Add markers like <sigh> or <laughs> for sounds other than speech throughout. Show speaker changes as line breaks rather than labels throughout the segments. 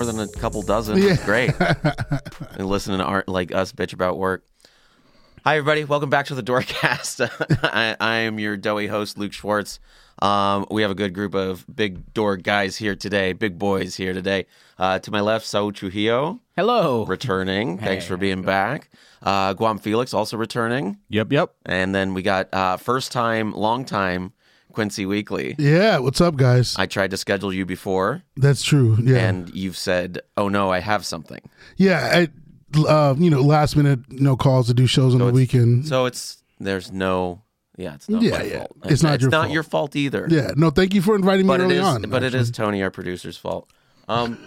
a couple dozen. It's great.
<laughs>
and listening to art like us bitch about work. Hi everybody, welcome back to the Doorcast. <laughs> I, I am your doughy host Luke Schwartz. Um, we have a good group of big door guys here today, big boys here today. Uh, to my left, Saul Trujillo
<laughs>
Hello.
returning. Thanks for being back. Uh, Guam Felix also returning,
Yep, yep.
and then we got uh, first time, long time Quincy Weekly.
Yeah, what's up, guys?
I tried to schedule you before,
That's true. Yeah,
and you've said, "Oh no, I have something."
yeah. I, uh, you know, last minute, no calls to do shows on the weekend.
So it's there's no yeah, it's not
Yeah,
my
yeah.
fault.
It's not your fault.
either.
yeah, no, thank you for inviting me
but it
early
is
on.
but it is Tony our producer's fault. Um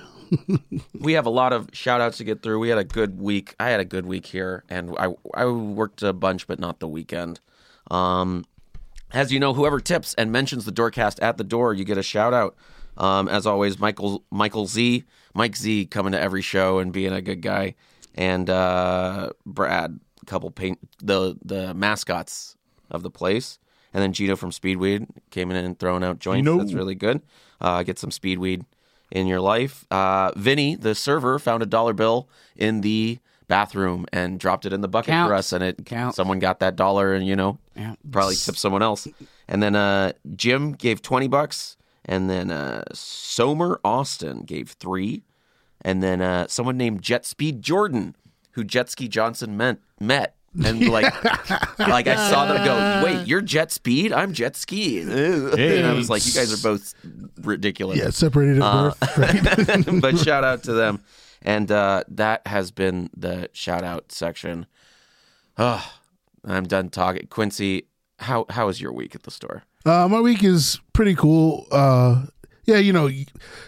we have a lot of shout outs to get through. We had a good week. I had a good week here and I I worked a bunch but not the weekend. Um as you know, whoever tips and mentions the Doorcast at the door, you get a shout out. Um, as always, Michael Michael Z, Mike Z, coming to every show and being a good guy, and uh, Brad, couple paint the the mascots of the place, and then Gino from Speedweed came in and throwing out joints.
Gino.
That's really good. Uh, get some Speedweed in your life. Uh, Vinny, the server, found a dollar bill in the bathroom and dropped it in the bucket for
Counts.
us, and it
Counts.
someone got that dollar, and you know
Yeah.
probably tipped someone else. And then uh, Jim gave 20 bucks. And then uh, Somer Austin gave three. And then uh, someone named Jet Speed Jordan, who Jet Ski Johnson meant, met. And like, like I saw them go. Wait, you're Jet Speed. I'm Jet Ski. <laughs> And I was like, you guys are both ridiculous.
yeah, separated at
Uh. <laughs>
birth. Right? <laughs>
but shout out to them. And uh, that has been the shout out section. Ugh, I'm done talking. Quincy, how how was your week at the store?
Uh, my week is pretty cool. Uh, yeah, you know,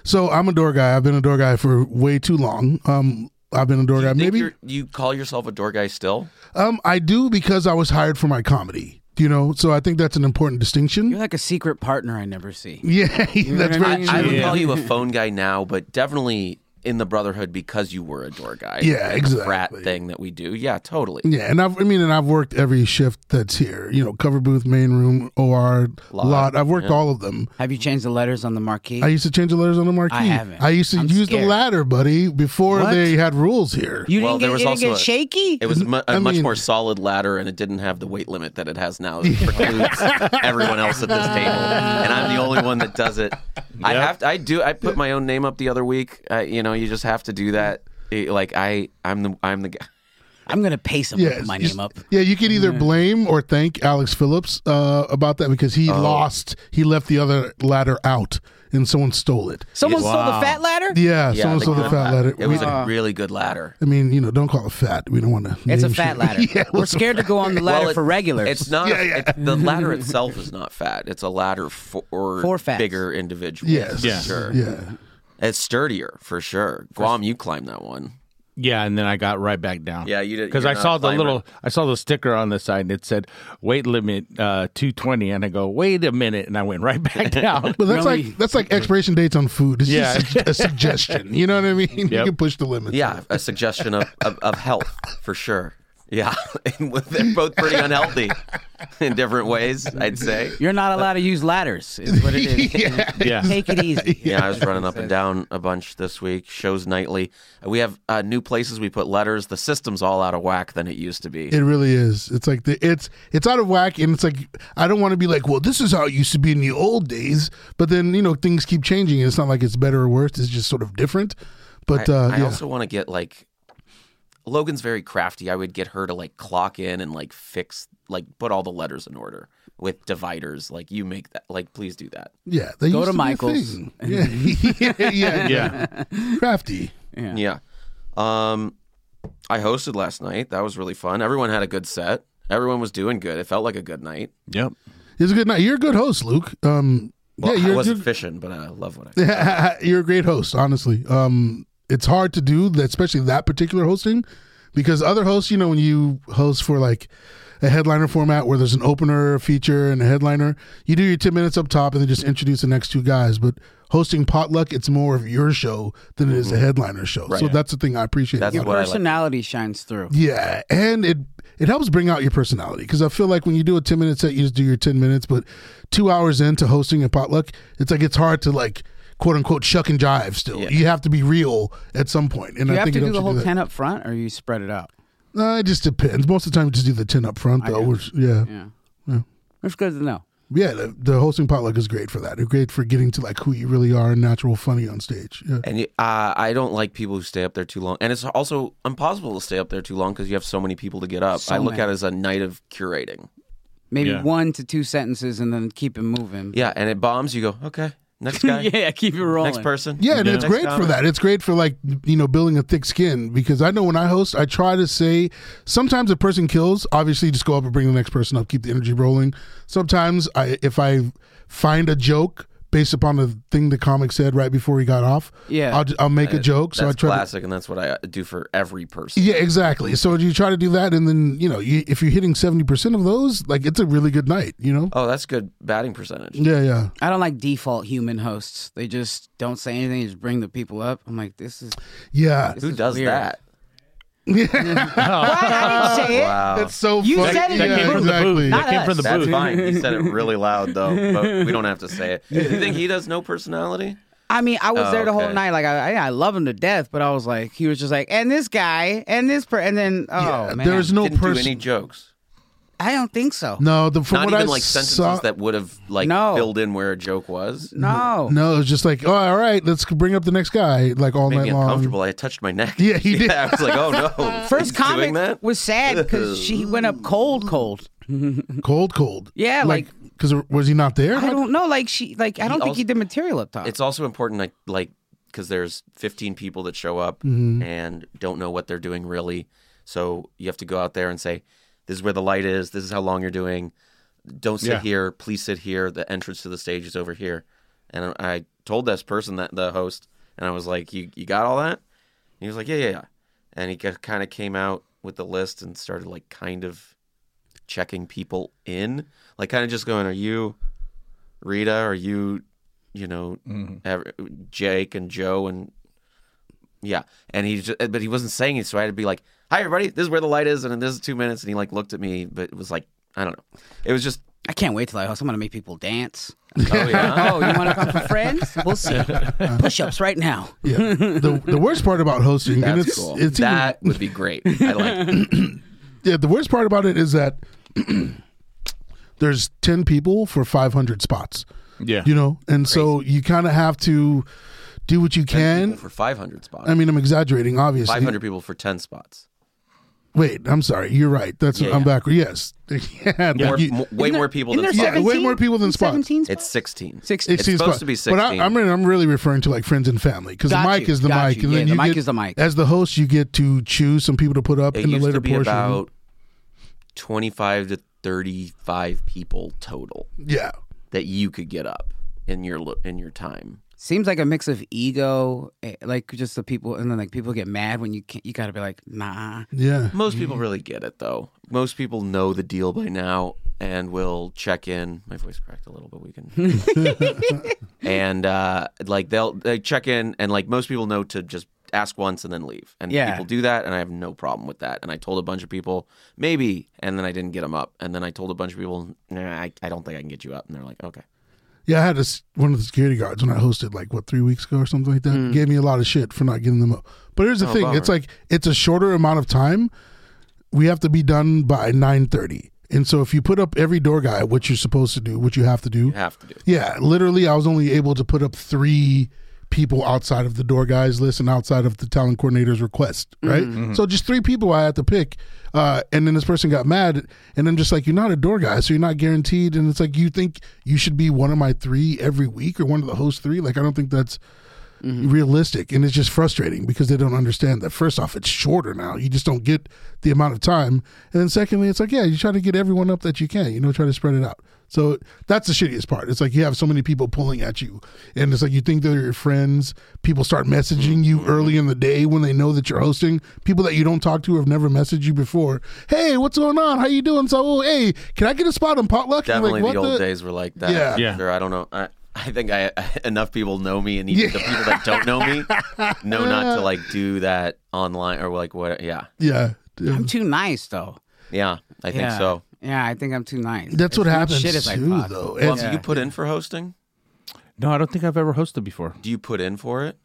so I'm a door guy. I've been a door guy for way too long. Um, I've been a door guy.
Think
Maybe
you're- you call yourself a door guy still.
um, I do because I was hired for my comedy. You know, so I think that's an important distinction.
You're like a secret partner I never see.
<laughs> Yeah,
know
that's
what
very
mean?
true.
I would
Yeah.
call you a phone guy now, but definitely in the brotherhood because you were a door guy.
Yeah,
Like a
exactly.
Frat thing that we do. Yeah, totally.
Yeah, and I've, I mean, and I've worked every shift that's here. You know, cover booth, main room, OR, lot. I've worked all of them.
Have you changed the letters on the marquee?
I used to change the letters on the marquee.
I haven't.
I used to
I'm
use the
scared.
ladder, buddy, before
What?
they had rules here.
you
Well,
didn't get,
there was
you didn't
also
get
a-
shaky?
It was mu- a
I
much
mean-
more solid ladder, and it didn't have the weight limit that it has now. It
<laughs>
precludes everyone else at this table, and I'm the only one that does it. I
Yep.
have to. I do. I put my own name up the other week. I, you know, you just have to do that. It- like I, I'm the, I'm the guy.
I'm going to pay someone
yeah,
for my
you-
name up.
Yeah, you can either blame or thank Alex Phillips uh, about that because he
Oh.
lost. He left the other ladder out, and someone stole it.
Someone stole the
Wow.
fat ladder?
Yeah, someone
the
stole
uh,
the
good
fat ladder.
It was
We-
a really good ladder.
I mean, you know, don't call it fat. We don't want to.
It's a fat ladder.
<laughs> yeah,
We're scared to go on
<laughs>
the ladder
Well, it-
for regulars.
It's not.
Yeah, yeah.
it's- the
<laughs>
ladder itself is not fat. It's a ladder for,
For fats.
bigger individuals.
Yes.
for
Yeah.
sure.
Yeah.
It's sturdier for sure. Guam, you climbed that one.
Yeah, and then I got right back down.
Yeah, you did-
Because
you're
I
not
saw
a
the
climber.
little, I saw the sticker on the side and it said weight limit uh, 220, and I go, wait a minute, and I went right
<laughs>
back down.
But that's
Really-
like that's like expiration dates on food. It's
Yeah.
just a, a suggestion. You know what I mean? <laughs> You
Yep.
can push the limits.
Yeah, a suggestion of, of, of health for sure. Yeah, <laughs> And they're both pretty unhealthy <laughs> in different ways, I'd say.
You're not allowed to use ladders, is what
<laughs>
it is.
yeah,
Take it easy.
<laughs> Yeah, I was running up and down a bunch this week. Shows nightly. We have uh, new places we put letters. The system's all out of whack than it used to be.
It really is. It's like the, it's it's out of whack, and it's like I don't want to be like, well, this is how it used to be in the old days. But then you know things keep changing. and It's not like it's better or worse. It's just sort of different. But
I,
uh,
I
yeah,
also want to get like Logan's very crafty. I would get her to like clock in and like fix like put all the letters in order with dividers. Like you make that like please do that.
yeah. They
Go
used
to
be a
Michael's.
thing. <laughs> Yeah. yeah, yeah,
<laughs> yeah.
Crafty.
Yeah. Um I hosted last night. That was really fun. Everyone had a good set. Everyone was doing good. It felt like a good night.
Yep.
It's a good night. You're a good host, Luke. Um,
Well,
yeah, you're
I
a
wasn't
good-
fishing, but I love what I
<laughs> you're a great host, honestly. Um, it's hard to do, that, especially that particular hosting, because other hosts, you know, when you host for like a headliner format where there's an opener, a feature, and a headliner, you do your 10 minutes up top and then just introduce the next two guys. But hosting potluck, it's more of your show than it is a headliner show. So that's the thing I appreciate.
That's
about
what I like.
Personality shines through.
yeah, and it it helps bring out your personality because I feel like when you do a ten minute set, you just do your ten minutes. But two hours into hosting a potluck, it's like it's hard to like quote unquote shuck and jive still. You have to be real at some point, and
Do you
I
have
think
to
it
do
helps
the
you
whole
that.
ten up front, or you spread it out?
Uh, it just depends. Most of the time, you just do the ten up front though. Which, yeah, yeah.
Yeah. It's good to know.
the, the hosting potluck is great for that. It's great for getting to like who you really are and natural funny on stage. Yeah.
And you- uh, I don't like people who stay up there too long. And it's also impossible to stay up there too long because you have so many people to get up.
So
I look
many.
at it as a night of curating.
Maybe
Yeah.
one to two sentences, and then keep it moving.
Yeah, and it bombs. You go, okay,
<laughs>
next guy,
<laughs> yeah, keep it rolling.
next person.
Yeah, and it's
next
great for
comic.
that. It's great for like you know building a thick skin because I know when I host, I try to say sometimes a person kills. Obviously, just go up and bring the next person up, keep the energy rolling. Sometimes I if I find a joke based upon the thing the comic said right before he got off,
Yeah.
I'll, I'll make a joke. So I
That's
try. To,
classic, and that's what I uh, do for every person.
yeah, exactly. So you try to do that, and then you know you, if you're hitting seventy percent of those, like it's a really good night. You know.
Oh, that's good batting percentage.
Yeah, yeah.
I don't like default human hosts. They just don't say anything, just bring the people up. I'm like, this is.
Yeah.
This
Who
is
does
weird.
that?
I didn't say it.
Wow.
That's so
You
funny.
said it,
Yeah,
you
came from the
exactly.
booth.
Not
that came from
us.
the
That's
booth.
fine. He
<laughs>
said it really loud though, but we don't have to say it. You think he does no personality?
I mean, I was
Oh,
there the whole
okay.
night. Like, I, I love him to death, but I was like, he was just like, and this guy, and this per, and then, oh
Yeah,
man,
there's no
Didn't do
person.
any jokes.
I don't think so.
No, the, from
Not
what
even
I
like sentences
saw,
that would have like
No.
filled in where a joke was.
No.
No, it was just like, oh, all right, let's bring up the next guy, like all
Made me
night long.
uncomfortable. I touched my neck. <laughs>
Yeah, he did.
I was like, oh no.
First
He's doing
comment
that?
was
<laughs>
sad because she went up cold, cold. <laughs>
Cold, cold.
Yeah, like-
because was he not there?
I don't know. Like she, like I don't think
also-
he did material up top.
It's also important, like, like because there's 15 people that show up
Mm-hmm.
and don't know what they're doing really. So you have to go out there and say, "This is where the light is. This is how long you're doing. Don't sit
Yeah.
here. Please sit here. The entrance to the stage is over here." And I I told this person that the host, and I was like, "You you got all that?" And he was like, "Yeah, yeah, yeah." And he kind of came out with the list and started like kind of checking people in, like kind of just going, "Are you Rita? Are you, you know, ev- Jake and Joe and yeah?" And he just, but he wasn't saying it, so I had to be like, "Hi, everybody! This is where the light is, and this is two minutes." And he like looked at me, but it was like, I don't know. It was just,
I can't wait till I host. I'm gonna make people dance.
<laughs> oh
<laughs>
yeah,
Oh, you want to come for friends? We'll see. Push-ups right now.
Yeah. the, the worst part about hosting, and
that's
it's
cool.
it's even-
that would be great. I like.
<laughs>
it.
yeah, the worst part about it is that <clears throat> there's ten people for five hundred spots,
Yeah.
you know, and so you kind of have to do what you
People
can.
for 500 spots.
I mean, I'm exaggerating, obviously.
500 people for 10 spots.
Wait, I'm sorry. You're right. That's
Yeah,
I'm
yeah.
back. Yes. <laughs> yeah. thank
More,
you.
mo- way more people than
Isn't
spots.
there
Yeah, way
17?
more people than spots.
17
It's 16.
16.
It's supposed
spots.
to be 16.
But I, I mean, I'm really referring to like friends and family because the
Got
mic
you,
is the
got
mic,
you.
and then
Yeah, the
you
mic
get-
is the mic.
As the host, you get to choose some people to put up
It
in the
used
later
to be
portion.
about 25 to 35 people total
yeah,
that you could get up in your lo- in your time.
Seems like a mix of ego, eh, like just the people, and then like people get mad when you can't. You gotta be like, nah.
yeah,
Most people really get it though. Most people know the deal by now and will check in. My voice cracked a little bit. We can. and uh, like they'll they check in and like most people know to just ask once and then leave. And
Yeah.
people do that, and I have no problem with that. And I told a bunch of people maybe, and then I didn't get them up. And then I told a bunch of people, nah, I, I don't think I can get you up. And they're like, okay.
yeah. I had this, one of the security guards when I hosted like what three weeks ago or something like that.
Hmm.
Gave me a lot of shit for not getting them up. But here's
Oh,
the thing: it's like it's a shorter amount of time. We have to be done by nine thirty, and so if you put up every door guy, what you're supposed to do, what you have to do,
You have to do. it.
Yeah, literally, I was only able to put up three people outside of the door guys list and outside of the talent coordinator's request, right? So just three people I had to pick. Uh, and then this person got mad, and I'm just like, you're not a door guy, so you're not guaranteed. And it's like, you think you should be one of my three every week or one of the host three? Like, I don't think that's Mm-hmm. realistic. And it's just frustrating because they don't understand that, first off, it's shorter now. You just don't get the amount of time. And then secondly, it's like, yeah, you try to get everyone up that you can, you know, try to spread it out. So that's the shittiest part. It's like you have so many people pulling at you, and it's like you think they're your friends. People start messaging you
Mm-hmm.
early in the day when they know that you're hosting. People that you don't talk to have never messaged you before. Hey, what's going on? How you doing? So, oh, hey, can I get a spot on potluck? And you're
Definitely
like,
the
"What
old days were like that.
Yeah.
Yeah.
Sure, I don't know. I, I think I enough people know me, and even the people that don't know me know not to like do that online or like what. Yeah,
Yeah,
I'm too nice though.
yeah, I think
yeah.
so.
Yeah, I think I'm too nice.
that's
As
what
much
happens
Shit as I
too,
possibly-
though.
Well,
And-
do you put in for hosting?
No, I don't think I've ever hosted before.
Do you put in for it?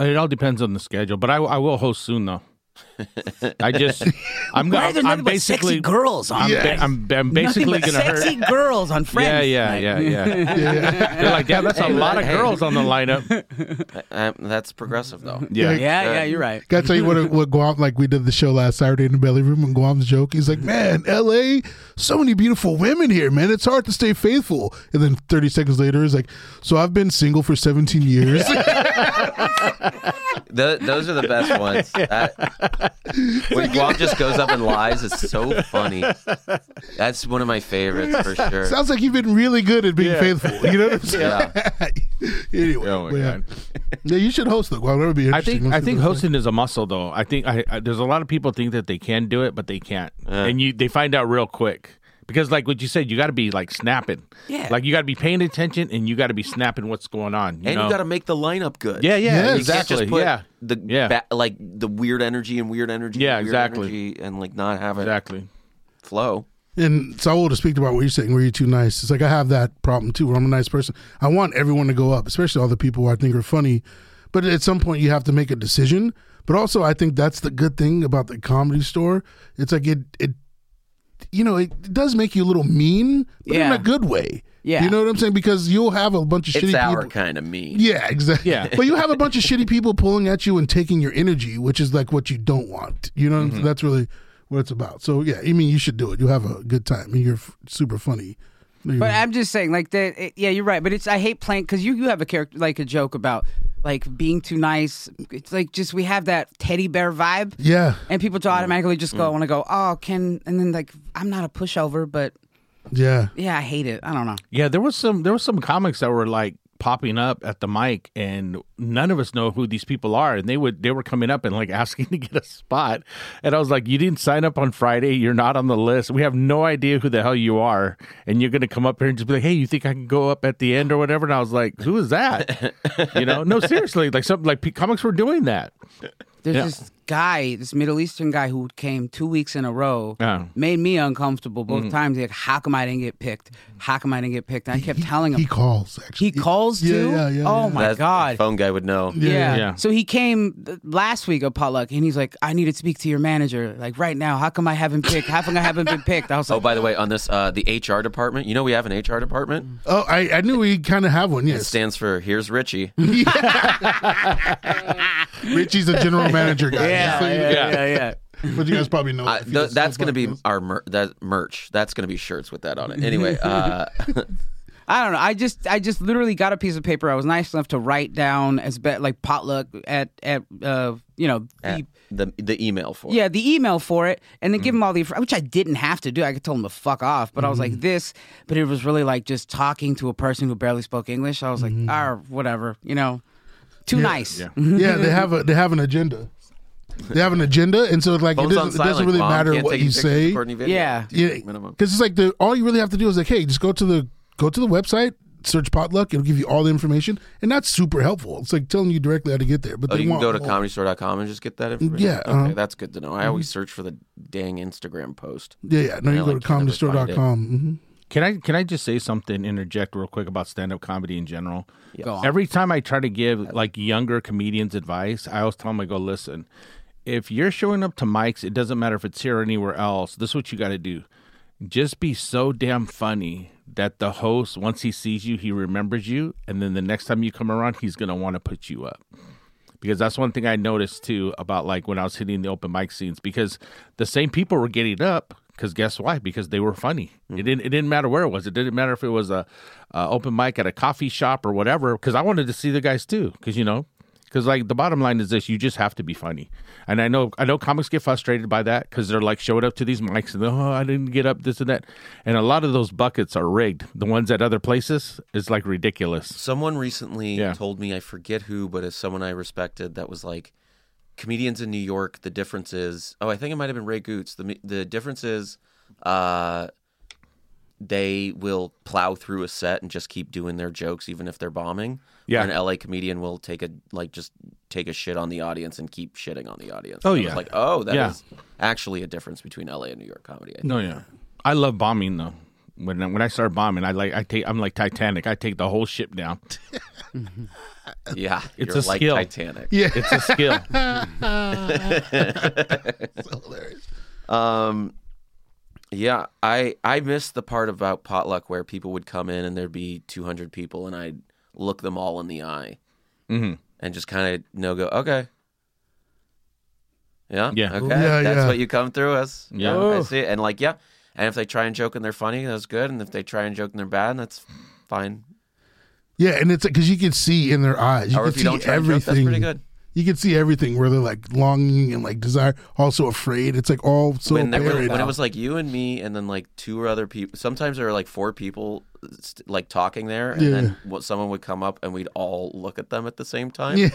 It all depends on the schedule, but I, I will host
<laughs>
soon though. I just I'm
Why are
gonna
there nothing
I'm
but
basically
sexy girls on
I'm, ba-
Friends?
I'm, I'm basically
nothing but
gonna hurt.
sexy girls on
Yeah,
Friends.
yeah,
Like,
yeah, yeah. They're like, yeah, that's a lot of
hey.
girls on the
<laughs>
lineup.
Uh, that's progressive though.
Yeah,
Yeah, yeah,
uh,
you're right.
Gotta tell you what what Guam like we did the show last Saturday in the belly room and Guam's joke. He's like, Man, LA, so many beautiful women here, man. It's hard to stay faithful. And then thirty seconds later he's like, So I've been single for seventeen years.
Th- those are the best ones. That- when Guam just goes up and lies, it's so funny. That's one of my favorites for sure.
<laughs> Sounds like you've been really good at being faithful. You know what I'm saying?
Yeah.
<laughs> anyway.
Oh my
but yeah.
God.
Yeah, you should host the Guam. That would be
I
interesting.
think
Let's
I
see
think
what-
hosting is a muscle though. I think I, I there's a lot of people think that they can do it, but they can't, and you they find out real quick because like what you said, you got to be like snapping.
Yeah.
like you got to be paying attention and you got to be snapping what's going on. You
and
know?
you got to make the lineup good.
yeah, yeah,
Yes.
You can't
exactly.
just put
yeah,
the
Yeah.
ba- like the weird energy and weird energy.
Yeah,
and weird
exactly.
energy and like not have it
exactly.
flow.
And Saul to speak about what you're saying, where you're too nice. It's like I have that problem too, where I'm a nice person. I want everyone to go up, especially all the people who I think are funny. But at some point you have to make a decision. But also I think that's the good thing about the comedy store. It's like it it you know, it does make you a little mean, but in
Yeah.
a good way.
Yeah.
You know what I'm saying? Because you'll have a bunch of
It's
shitty
our
people.
kind of mean.
Yeah, exactly.
Yeah.
but you have a bunch of shitty people pulling at you and taking your energy, which is like what you don't want. You know, what I'm
Mm-hmm.
saying? that's really what it's about. So yeah, I mean, you should do it. You have a good time, and you're f- super funny. You
But
know,
I'm just saying, like that. it- Yeah, you're right. But it's I hate playing because you you have a character like a joke about like being too nice. It's like just we have that teddy bear vibe,
yeah,
and people just automatically just
Mm.
go want to go. Oh, can and then like I'm not a pushover, but
yeah.
yeah, I hate it. I don't know.
Yeah, there was some there was some comics that were like popping up at the mic and none of us know who these people are and they would they were coming up and like <laughs> asking to get a spot and I was like you didn't sign up on Friday you're not on the list we have no idea who the hell you are and you're going to come up here and just be like hey you think I can go up at the end or whatever and I was like who is that you know no seriously like some like p- comics were doing that
There's
Yeah.
this guy, this Middle Eastern guy who came two weeks in a row,
Yeah.
made me uncomfortable both times. Like, how come I didn't get picked? How come I didn't get picked? And I kept telling him.
Mm-hmm. He calls
He
actually.
calls
Yeah,
too.
yeah, yeah,
oh
yeah.
my
That's-
god!
the phone guy would know.
Yeah,
Yeah.
yeah.
So he came th- last week at potluck, and he's like, "I need to speak to your manager, like right now. How come I haven't picked? How come I haven't been picked?" I was
Oh,
like,
by the way, on this, uh, the HR department. You know, we have an HR department.
oh, I, I knew we kind of have one.
It
Yes,
stands for Here's Richie.
<laughs>
Uh,
Richie's a general
<laughs>
manager guy.
yeah,
So,
yeah, yeah, yeah,
But you guys probably know.
Uh,
if you
th-
listen to
that's
the
going to be
podcast.
our mer- that merch. That's going to be shirts with that on it.
<laughs>
Anyway, uh,
I don't know. I just, I just literally got a piece of paper. I was nice enough to write down as be- like potluck at at uh you know
at
the,
<laughs> the the email for it.
yeah the email for it, and then give him all the which I didn't have to do. I could tell him to fuck off, but I was like this. But it was really like just talking to a person who barely spoke English. I was like, ah, whatever, you know, too nice.
yeah, they have a they have an agenda. They have an agenda, and so like it
Phone's on
doesn't, it doesn't
silent,
really
Mom.
matter
Can't
what
take
you
pictures,
say.
record any video.
Yeah.
Yeah,
Minimum.
because it's like the all you really have to do is like, hey, just go to the go to the website, search potluck, it'll give you all the information, and that's super helpful. It's like telling you directly how to get there. But
Oh,
they
you can
want
go to
all-
comedystore.com and just get that information.
Yeah,
okay,
uh-huh.
that's good to know. I always search for the dang Instagram post.
Yeah, yeah. No, you
Yeah,
go
like,
to
you never
comedystore.com.
find it.
com. Mm-hmm.
Can I can I just say something? Interject real quick about stand up comedy in general.
Go on.
Every time I try to give like younger comedians advice, I always tell them I go listen. If you're showing up to mics, it doesn't matter if it's here or anywhere else. This is what you got to do. Just be so damn funny that the host, once he sees you, he remembers you, and then the next time you come around, he's gonna want to put you up because that's one thing I noticed too about like when I was hitting the open mic scenes because the same people were getting up because guess why? Because they were funny. It didn't it didn't matter where it was. It didn't matter if it was a, a open mic at a coffee shop or whatever. Because I wanted to see the guys too. Because you know. Because like the bottom line is this, you just have to be funny, and I know I know comics get frustrated by that because they're like showing up to these mics and oh I didn't get up this and that, and a lot of those buckets are rigged. The ones at other places is like ridiculous.
Someone recently
Yeah.
told me, I forget who, but as someone I respected, that was like, comedians in New York, the difference is, oh, I think it might have been Ray Goots. The, the difference is uh, they will plow through a set and just keep doing their jokes, even if they're bombing.
Yeah.
Or an LA comedian will take a, like, just take a shit on the audience and keep shitting on the audience.
Oh,
And I was
yeah.
like, oh, that is
Yeah.
actually a difference between LA and New York comedy. I think.
No, yeah, I love bombing though. When I- when I start bombing, I like I take I'm like Titanic. I take the whole ship down.
Yeah,
It's
you're
a
like
skill.
Titanic.
Yeah.
It's a
<laughs>
skill.
so hilarious.
Um, yeah, I I missed the part about potluck where people would come in and there'd be 200 people and I'd look them all in the eye
Mhm.
and just kind of no go. Okay. Yeah.
Yeah.
Okay.
Yeah,
That's
yeah.
what you come through as.
Yeah.
I see. it. And like, yeah. And if they try and joke and they're funny, that's good. And if they try and joke and they're bad, that's fine.
Yeah, and it's because you can see in their eyes. You
or
can
if you
see
don't try and joke,
everything.
that's pretty good.
You can see everything where they're like longing and like desire, also afraid. It's like all so
when, there were-
apparent.
when it was like you and me and then like two or other people sometimes there were like four people st- like talking there and then what, someone would come up and we'd all look at them at the same time <laughs>
Yeah.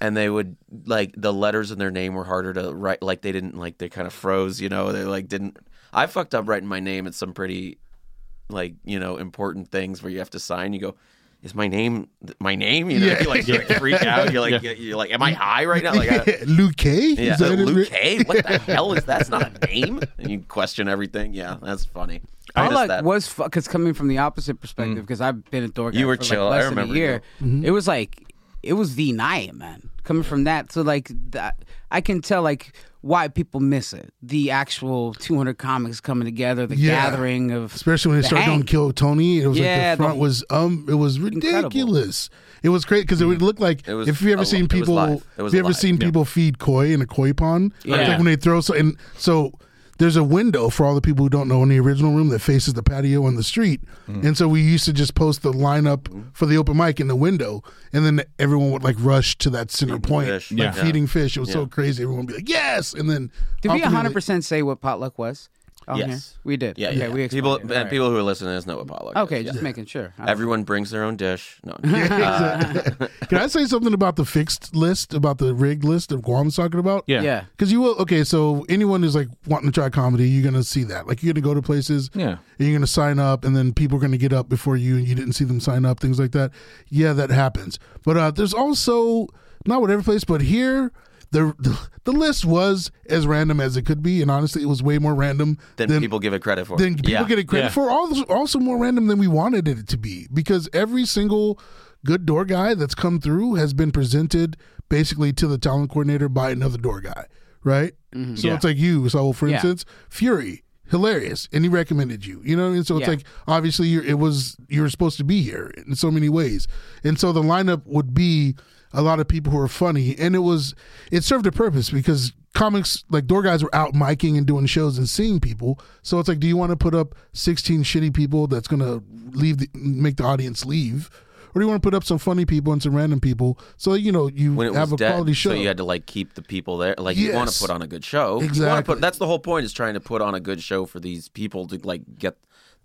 and they would like the letters in their name were harder to write like they didn't like they kind of froze you know they like didn't i fucked up writing my name at some pretty like you know important things where you have to sign you go is my name th- my name you know <laughs>
Yeah.
you like freak out you're like you're like am i high right now like
<laughs>
I,
Luke K?
yeah,
Is that it?
Luke Cage.
<laughs>
What the hell is that's not a name? And you question everything. Yeah, that's funny. I missed
Potluck
that. Mm.
was because coming from the opposite perspective, because I've been a door guy
You were
for
chill. I
Like less
remember
than a year.
Mm-hmm.
It was like it was the night, man. Coming from that, so like that, I can tell like why people miss it. The actual 200 comics coming together, the
Yeah.
gathering of
Especially when they
the
started
hang.
doing Kill Tony, it was
Yeah,
like the
the
front
whole-
was um, it was
Incredible.
ridiculous. It was great because it would look like
It was
if you ever
a-
seen
it was
people,
live. It
if
was
you ever
live.
seen people feed koi in a koi pond, it's
Yeah.
like when they throw so and so. There's a window for all the people who don't know in the original room that faces the patio and the street,
Mm.
and so we used to just post the lineup for the open mic in the window, and then everyone would like rush to that center point,
fish.
like
Yeah.
feeding fish. It was so crazy. Everyone would be like, "Yes!" And then
Did we
ultimately-
100 percent say what potluck was? on
Yes.
here? we did.
Yeah,
okay,
yeah.
we explained
people
it.
and <laughs>
All right.
people who are listening is know what potluck.
Okay,
is.
just
Yeah.
making sure. I-
everyone brings their own dish.
<laughs>
No, <laughs>
<laughs> Can I say something about the fixed list, about the rigged list of Guam's talking about?
Yeah.
yeah.
Because you will, okay, so anyone who's like wanting to try comedy, you're going to see that. Like, you're going to go to places.
Yeah.
And you're going to sign up, and then people are going to get up before you, and you didn't see them sign up, things like that. Yeah, that happens. But uh, there's also, not with every place, but here, the, the list was as random as it could be. And honestly, it was way more random
then, people give it credit for.
then people
yeah.
get a credit
Yeah.
for all also more random than we wanted it to be because every single good door guy that's come through has been presented basically to the talent coordinator by another door guy, right? So
Yeah.
it's like you. So for
Yeah.
instance, Fury, hilarious, and he recommended you. You know what I mean? So it's
Yeah.
like obviously you're, it was you were supposed to be here in so many ways, and so the lineup would be a lot of people who are funny, and it was it served a purpose because comics like door guys were out miking and doing shows and seeing people. So it's like, do you want to put up sixteen shitty people that's gonna leave the, make the audience leave? Or do you want to put up some funny people and some random people so you know you
when it was
have a
dead,
quality show?
so you had to like keep the people there. Like you want
Yes.
to put on a good show. You wanna
Exactly.
Put, that's the whole point is trying to put on a good show for these people to like get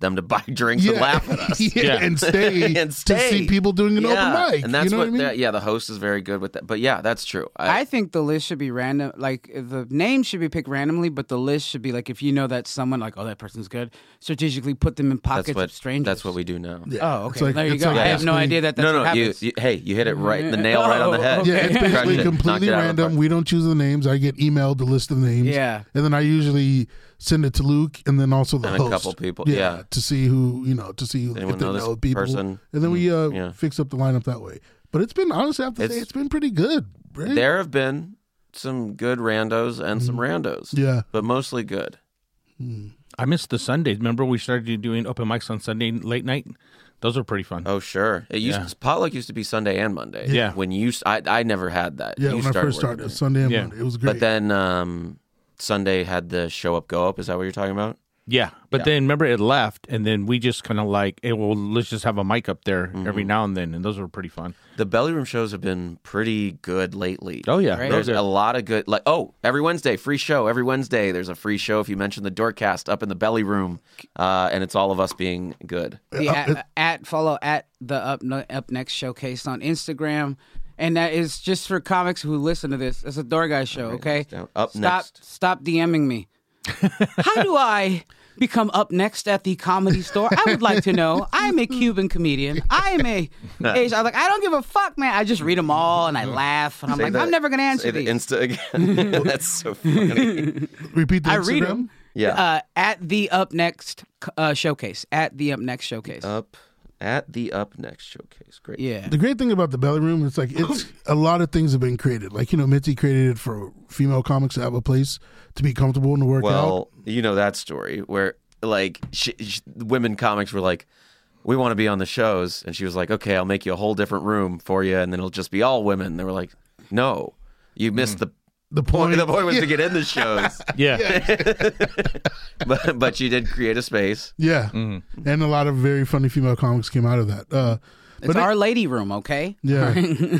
them to <laughs> buy drinks and laugh at us.
yeah, and <laughs> stay
<laughs> and
to see
stay.
people doing an
Yeah,
open mic.
and that's
you know
what,
what, I mean?
the- yeah, the host is very good with that. But yeah, that's true.
I think the list should be random. Like the name should be picked randomly, but the list should be like if you know that someone like oh that person's good, strategically put them in pockets
that's what
of strangers.
that's what we do now.
Yeah,
Oh,
it's
okay.
like-
there you
it's
go.
like
I have no
basically-
idea that that's
no,
what
no, you,
happens.
you, hey, you hit it right, the nail right on the head.
okay.
Oh. Yeah, it's
Crushed
basically
it, knocked
completely
it out of the
random.
park.
We don't choose the names. I get emailed the list of names.
Yeah.
And then I usually send it to Luke and then also the
And a
host.
couple people, yeah.
To see who, you know, to see who, if
anyone
they
know
know,
this
people.
person? Mm,
And then we uh,
yeah.
fix up the lineup that way. But it's been, honestly, I have to say,
It's-
it's been pretty good. Right?
There have been some good randos and some randos,
Mm-hmm. Yeah.
but mostly good.
I missed the Sundays. Remember we started doing open mics on Sunday late night? Those were pretty fun.
Oh sure, it used potluck used to be Sunday and Monday.
Yeah.
when you s- I, I never had that.
Yeah,
you
when I first
working
started
it.
it, Sunday and
Yeah.
Monday. It was great.
but then um, Sunday had the show up, go up. Is that what you're talking about?
Yeah, but
Yeah.
then remember it left, and then we just kind of like, hey, well, let's just have a mic up there
Mm-hmm.
every now and then, and those were pretty fun.
The belly room shows have been pretty good lately.
Oh yeah,
Right.
There's
those
a
are-
lot of good, like, oh, every Wednesday, free show. Every Wednesday, there's a free show if you mention the Doorcast up in the belly room. Uh, and it's all of us being good.
The at, at follow at the up no, up next showcase on Instagram, and that is just for comics who listen to this. It's a door guy show. Okay,
down. Up
stop,
next.
Stop
<laughs>
DMing me. How do I? Become up next at the comedy store. I would like to know. I'm a Cuban comedian. I
<laughs>
am a Asian. I'm like, I don't give a fuck, man. I just read them all and I laugh and I'm
Mm-hmm. Say
like,
the-
I'm never gonna answer
say the
these.
Insta <laughs> again. That's so funny.
Repeat the
I
Instagram.
read them.
Yeah.
Uh, at the up next uh, showcase. At the up next
<laughs>
showcase.
up At the Up Next showcase. Great.
Yeah.
The great thing about the belly room, it's like
<laughs>
it's a lot of things have been created. Like you know, Mitzi created it for female comics to have a place to be comfortable and to work out.
Well, you know that story where like sh sh women comics were like, "We want to be on the shows," and she was like, "Okay, I'll make you a whole different room for you, and then it'll just be all women." They were like, "No, you missed
Mm.
the." <laughs>
The point,
The point was to get in the
<laughs>
shows,
Yeah.
but but she did create a space.
yeah,
Mm-hmm.
and a lot of very funny female comics came out of that. Uh,
It's our lady room, okay?
Yeah.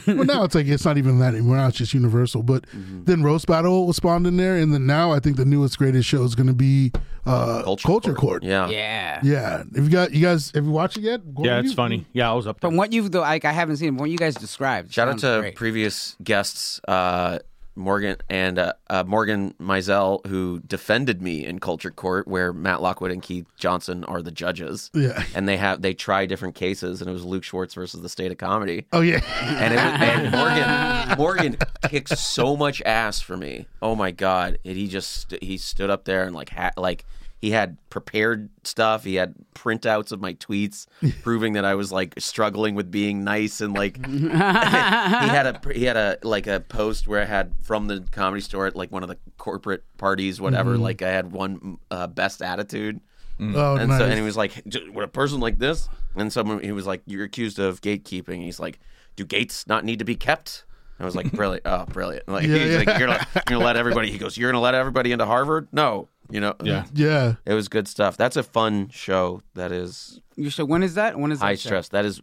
well, now it's like it's not even that anymore. Now it's just Universal. But then Roast Battle was spawned in there, and then now I think the newest greatest show is going to be uh, Culture, Court.
Yeah.
Yeah.
Yeah. Have you got you guys have you watched it yet? Gordon,
<laughs> Yeah, it's
you-
funny. Yeah, I was up there.
From what you've like, I haven't seen. it, From what you guys described, it
Shout out
sounds
to
great.
previous guests, uh, Morgan and uh, uh, Morgan Mizell, who defended me in Culture Court, where Matt Lockwood and Keith Johnson are the judges.
Yeah. <laughs>
and they have they try different cases, and it was Luke Schwartz versus the State of Comedy.
Oh yeah.
and, it, and Morgan Morgan kicked so much ass for me. Oh my god! And he just he stood up there and like ha- like he had prepared stuff. He had printouts of my tweets proving that I was like struggling with being nice and like he had a he had a like a post where I had from the comedy store at like one of the corporate parties whatever. Like I had one uh, best attitude.
Oh
And
nice.
so, and he was like, "D- "Would a person like this?" And someone he was like, "You're accused of gatekeeping." And he's like, "Do gates not need to be kept?" And I was
<laughs>
like, "Brilliant! Oh, brilliant!" Like,
Yeah,
he's
yeah.
like, you're, gonna, "You're gonna let everybody." He goes, "You're gonna let everybody into Harvard?" No, you know.
Yeah.
yeah.
it was good stuff. That's a fun show. That is
You said when is that? When is that?
high
show?
stress. That is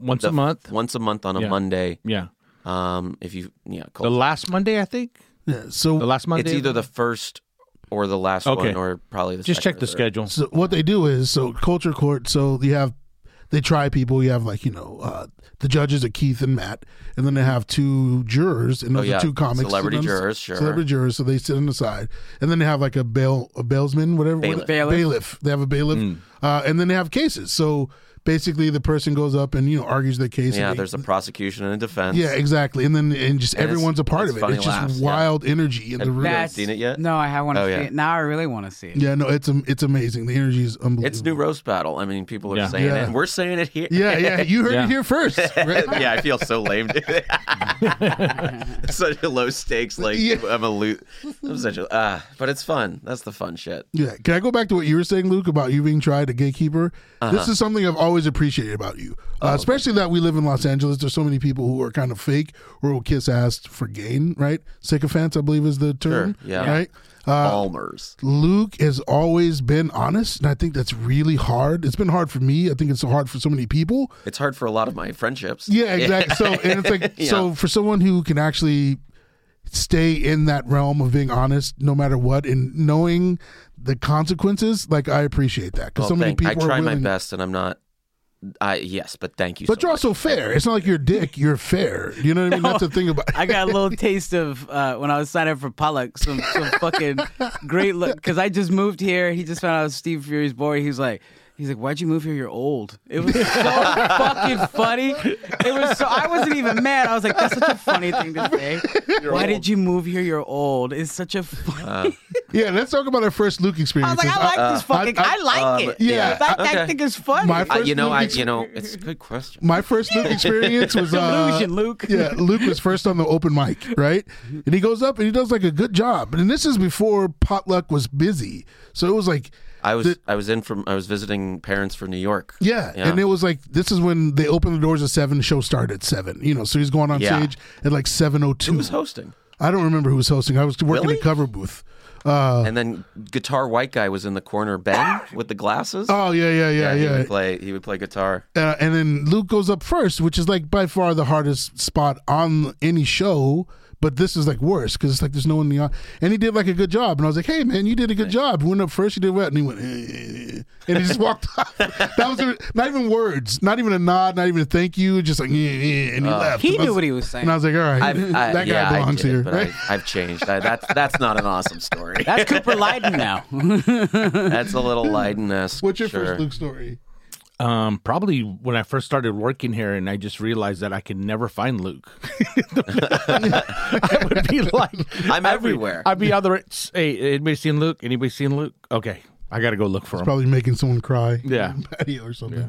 Once
the-
a month.
once a month on a
Yeah.
Monday.
Yeah.
Um, if you yeah,
The
cool.
last Monday, I think.
Yeah. So
The last Monday.
it's either the first or the last
Okay.
one, or probably the
Just
second
check
or
the
third.
schedule.
So what they do is so culture court. So you have they try people. You have like you know uh, the judges are Keith and Matt, and then they have two jurors and those
Oh, yeah.
are two comics.
Celebrity
sit on the-
jurors, sure.
Celebrity jurors. So they sit on the side, and then they have like a bail a bailsman, whatever
Bailiff.
Bailiff.
They have a bailiff,
Hmm.
uh, and then they have cases. So basically, the person goes up and you know argues their case.
Yeah,
and they,
there's a prosecution and a defense.
yeah, exactly, and then and just
And it's-
everyone's a part
it's
of it.
funny
It's just
laughs, yeah.
wild energy in the room.
That's- seen it yet?
No, I have want to
Oh,
see
yeah.
it. Now I really want to see it.
Yeah, no, it's am- it's amazing. The energy is unbelievable.
It's new roast battle. I mean, people are
Yeah.
saying
Yeah.
it, and we're saying it here.
Yeah, yeah, you heard
Yeah.
it here
<laughs>
first. right?
yeah, I feel so lame. <laughs> Dude. such a low stakes. Like
Yeah.
I'm a loot. I'm such a. ah, but it's fun. That's the fun shit.
Yeah. Can I go back to what you were saying, Luke, about you being tried a gatekeeper? This
Uh-huh.
is something I've always appreciated about you,
Oh,
uh, especially that we live in Los Angeles. There's so many people who are kind of fake or will kiss ass for gain, right? Sycophants, I believe, is the term.
Sure, yeah.
Right. Uh,
Palmers.
Luke has always been honest, and I think that's really hard. It's been hard for me. I think it's hard for so many people.
It's hard for a lot of my friendships.
Yeah, exactly. So, and it's like,
Yeah.
so for someone who can actually stay in that realm of being honest no matter what and knowing the consequences, like, I appreciate that
<laughs>
because
Well,
so many
thank- I
people
try
are
my
willing.
best, and I'm not. I yes, but thank you.
But
so
you're
much.
also fair. It's not like you're a dick. You're fair. You know what
<laughs>
I mean? That's the thing about
I got a little taste of uh, when I was signing up for Pollock, some, some fucking great look. Because I just moved here. He just found out I was Steve Fury's boy. He was like, he's like, why'd you move here? You're old. It was so
<laughs>
fucking funny. It was so, I wasn't even mad. I was like, that's such a funny thing to say. Why did you move here? You're old. It's such a
Uh,
funny.
Yeah, let's talk about our first Luke Uh,
I
experience.
was like, I like this fucking, I, like
uh,
it.
yeah.
I, I
Okay.
think it's funny.
My
I,
first
you know, I
movie-
you know,
<laughs>
it's a good question.
my first Luke experience
<laughs>
was uh,
Delusion, Luke.
Yeah, Luke was first on the open mic, right? And he goes up and he does like a good job. And this is before potluck was busy, so it was like,
I was
the-
I was in from I was visiting parents for New York.
yeah. And it was like this is when they opened the doors at seven. The show started at seven. You know, so he's going on
Yeah.
stage at like seven o
Who
two.
was hosting?
I don't remember who was hosting. I was working
Really?
a cover booth. Uh,
And then guitar white guy was in the corner, Ben with the glasses.
oh yeah, yeah, yeah,
he
yeah.
would play. He would play guitar.
uh, and then Luke goes up first, which is like by far the hardest spot on any show. But this is like worse because it's like there's no one in the au- and he did like a good job, and I was like, "Hey man, you did a good job. You went up first, you did well." And he went, eh, eh, eh. and he just walked off. That was the- not even words, not even a nod, not even a thank you, just like, eh, eh, and he left.
he
And I
knew what he was saying.
and I was like, "All right, <laughs>
I've, I,
that guy
yeah,
belongs
I did,
<laughs> here."
But
right?
I, I've changed. I, that's that's not an awesome story.
<laughs> That's Cooper Lyden now. <laughs>
That's a
<laughs>
little Leiden esque.
What's your first Luke story?
Um, probably when I first started working here, and I just realized that I could never find Luke. <laughs> I would be like,
I'm
I'd be-
everywhere.
I'd be other. Hey, anybody seen Luke? Anybody seen Luke? Okay, I got to go look for him.
Probably making someone cry.
<laughs>
<laughs>
Yeah.
on the patio or something.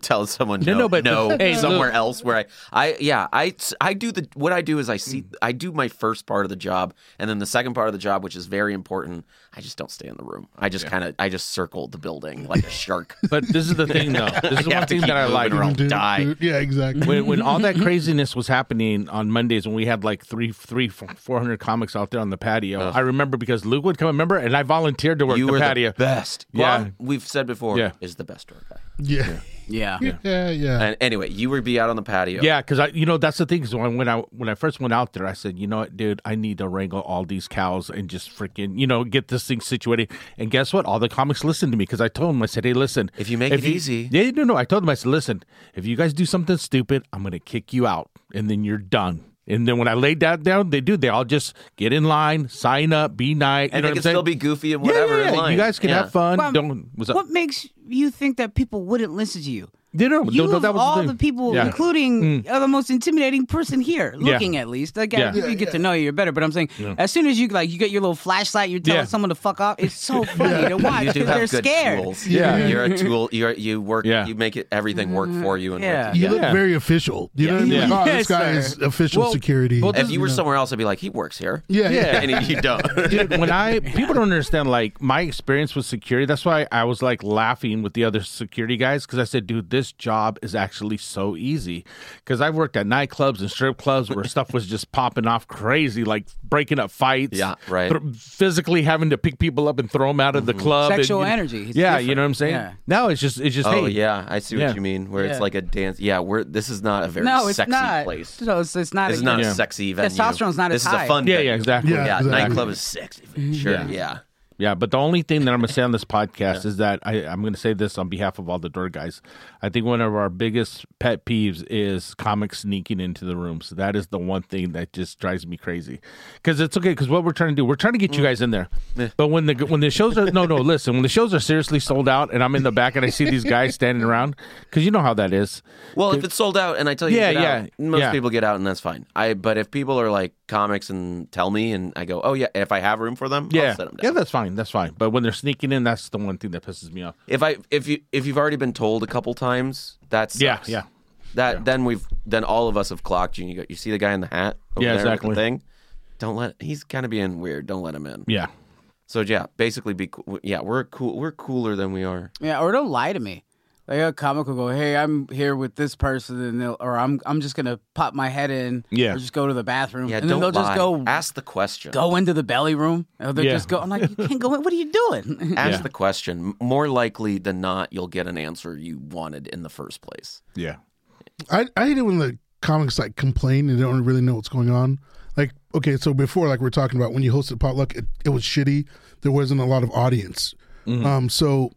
tell someone no,
No, no,
no,
but- but- <laughs> hey,
somewhere
look.
else where I, I, yeah, I, I do the what I do is I see I do my first part of the job and then the second part of the job, which is very important. I just don't stay in the room. I just kind of I just circle the building like a
<laughs>
shark.
But this is the thing,
<laughs>
though. This
I
is one
have to
thing
keep
that I
moving
like.
around. I'll
Dude,
die.
dude. Yeah, exactly.
When, when all that craziness was happening on Mondays, when we had like three, three, four hundred comics out there on the patio, I remember because Luke would come. Remember, and I volunteered to work
You
the
were
patio.
the best.
Yeah.
Guam, we've said before,
Yeah.
is the best tour guy.
<laughs>
<laughs>
yeah.
Yeah.
Yeah. Yeah.
And anyway, you would be out on the patio.
Yeah, because I, you know, that's the thing. Is when, when I when I first went out there, I said, you know what, dude, I need to wrangle all these cows and just freaking, you know, get this thing situated. And guess what? All the comics listened to me because I told them, I said, hey, listen,
If you make it easy.
yeah, no, no, I told them, I said, listen, if you guys do something stupid, I'm gonna kick you out, and then you're done. And then when I laid that down, they do. They all just get in line, sign up, be nice. you
And they can
know what I'm saying?
still be goofy and
Yeah,
whatever.
yeah,
in
yeah.
line.
You guys can
Yeah.
have fun.
Well,
don't was up.
What makes you think that people wouldn't listen to you?
You know,
You
no, no,
of
that was
all
thing.
the people,
Yeah.
including are the most intimidating person here,
Yeah.
looking at least. Like,
Yeah.
if you get to know you, you're better. But I'm saying, as soon as you like, you get your little flashlight, you're telling
Yeah.
someone to fuck off. It's so funny to watch
You do have
because they're
good
scared.
tools.
Yeah. Yeah.
<laughs>
you're a tool. You're you work.
Yeah.
You make it everything work for you. And with
Mm-hmm. Yeah.
you.
You look
Yeah.
very official. You know what I mean?
Yeah. <laughs>
Like, oh,
Yes,
this guy
sir.
is official
Well-
security.
well,
If you were
know.
somewhere else, I'd be like, he works here.
yeah, yeah.
<laughs> and you
<laughs>
don't.
Dude,
<laughs>
when I people don't understand like my experience with security, that's why I was like laughing with the other security guys because I said, "Dude, this job is actually so easy." Because I've worked at nightclubs and strip clubs where stuff was just popping off crazy, like breaking up fights,
Yeah, right. Mm-hmm.
thr- physically having to pick people up and throw them out of the club. and,
Sexual
you know-
energy is
Yeah, you
different.
know what I'm saying.
Yeah.
No, it's just it's just
Oh
hey,
yeah, I see what
Yeah.
you mean. Where
Yeah.
it's like a dance. Yeah, we're this is not a very
No, it's
sexy
not.
place.
No, it's, it's not.
This is
a-
not
Yeah.
a sexy venue.
Testosterone's not
This
as
is
high.
a fun.
yeah,
venue.
yeah, exactly.
Yeah,
Exactly.
nightclub is sexy. Sure.
Yeah.
Yeah.
Yeah, but the only thing that I'm going to
<laughs>
say on this podcast is that I, I'm going to say this on behalf of all the door guys. I think one of our biggest pet peeves is comics sneaking into the rooms. That is the one thing that just drives me crazy. Because it's okay. Because what we're trying to do, we're trying to get
Mm.
you guys in there. But when the when the shows are no no listen when the shows are seriously sold out and I'm in the back and I see these guys standing around because you know how that is.
Well, if it's sold out and I tell you,
Yeah,
to get out,
yeah,
most
yeah.
people get out and that's fine. I but if people are like comics and tell me and I go, oh yeah, if I have room for them,
Yeah,
I'll set them
yeah,
down.
that's fine, that's fine. But when they're sneaking in, that's the one thing that pisses me off.
if I if you if you've already been told a couple times, that's
Yeah, yeah.
That then we've then all of us have clocked you. And you go, you see the guy in the hat? Over
Yeah,
there with the
exactly.
thing. Don't let he's kind of being weird. Don't let him in.
Yeah,
So yeah, basically be cool. yeah we're cool we're cooler than we are.
Yeah, or don't lie to me. Like a comic will go, "Hey, I'm here with this person," and they'll, or I'm I'm just gonna pop my head in,
Yeah.
or just go to the bathroom,
Yeah,
and
don't
then they'll
lie.
just go
ask the question.
go into the belly room. And they'll
Yeah.
just go. I'm like, you can't go in. What are you doing? <laughs>
Ask
Yeah.
the question. M- More likely than not, you'll get an answer you wanted in the first place.
yeah.
I, I hate it when the comics like complain and don't really know what's going on. Like, okay, so before, like we are talking about when you hosted potluck, it, it was shitty. There wasn't a lot of audience. Um, so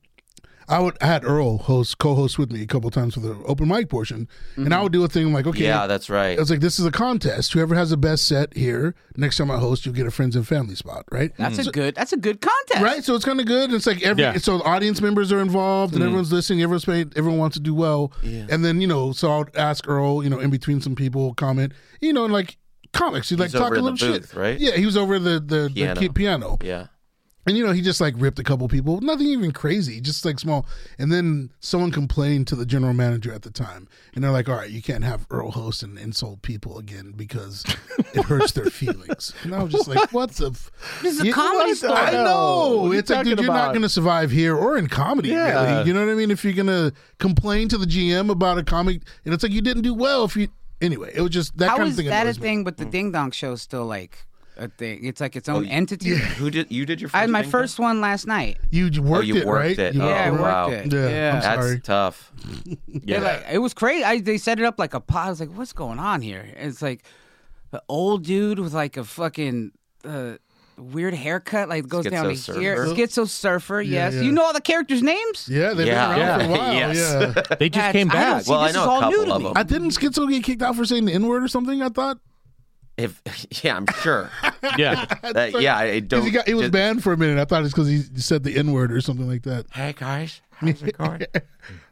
I would I had Earl host co-host with me a couple times for the open mic portion, and I would do a thing like, okay,
Yeah, that's right.
I was like, this is a contest. Whoever has the best set here, next time I host, you'll get a friends and family spot, right?
That's a good. That's a good contest.
Right, so it's kind of good. It's like every
Yeah.
so the audience members are involved
Mm.
and everyone's listening. Everyone's paid. Everyone wants to do well. And then you know, so I'll ask Earl, you know, in between some people comment, you know, and like comics, he like
over
talk a
in the
little
booth,
shit,
right?
Yeah, he was over the the
Piano.
piano. The piano.
yeah.
And you know, he just like ripped a couple people, nothing even crazy, just like small. And then someone complained to the general manager at the time, and they're like, "All right, you can't have Earl host and insult people again because it hurts
<laughs>
their feelings." And I was just like, "What the?" F-
This is a
You-
comedy
what?
store.
I know.
What are you
It's like, dude,
talking
you're
about?
not going to survive here or in comedy.
Yeah.
really. You know what I mean? If you're going to complain to the GM about a comic, and it's like you didn't do well. If you anyway, it was just that
How
kind
is
of thing.
that a
annoys me.
thing? But the Ding Dong show is still like a thing. It's like its own entity.
Who did you did your first
I had my
thing?
first one last night.
You j- worked
you
it,
worked
right?
it.
You
Oh,
yeah, I worked
wow.
it.
Yeah, I'm
That's
Sorry. <laughs>
tough.
They're like, it was crazy. I, they set it up like a pod. I was like, what's going on here? And it's like an old dude with like a fucking uh, weird haircut, like goes down to
Schizo
here.
surfer?
Schizo surfer, yes.
yeah.
You know all the characters' names?
Yeah, they've
Yeah.
been around
Yeah.
for a
<laughs>
while.
Yes.
Yeah.
They just
That's- <laughs>
came
I don't
back.
see-
Well,
this
I know
is
a
all new
couple
to
of
me.
them.
I didn't Schizo get kicked out for saying the N word or something. I thought
If <laughs> yeah, I'm
<laughs>
sure.
Yeah.
That- yeah, I don't.
He, got, he was
just-
banned for a minute. I thought it's because he said the N word or something like that.
Hey guys, how's it going?
<laughs>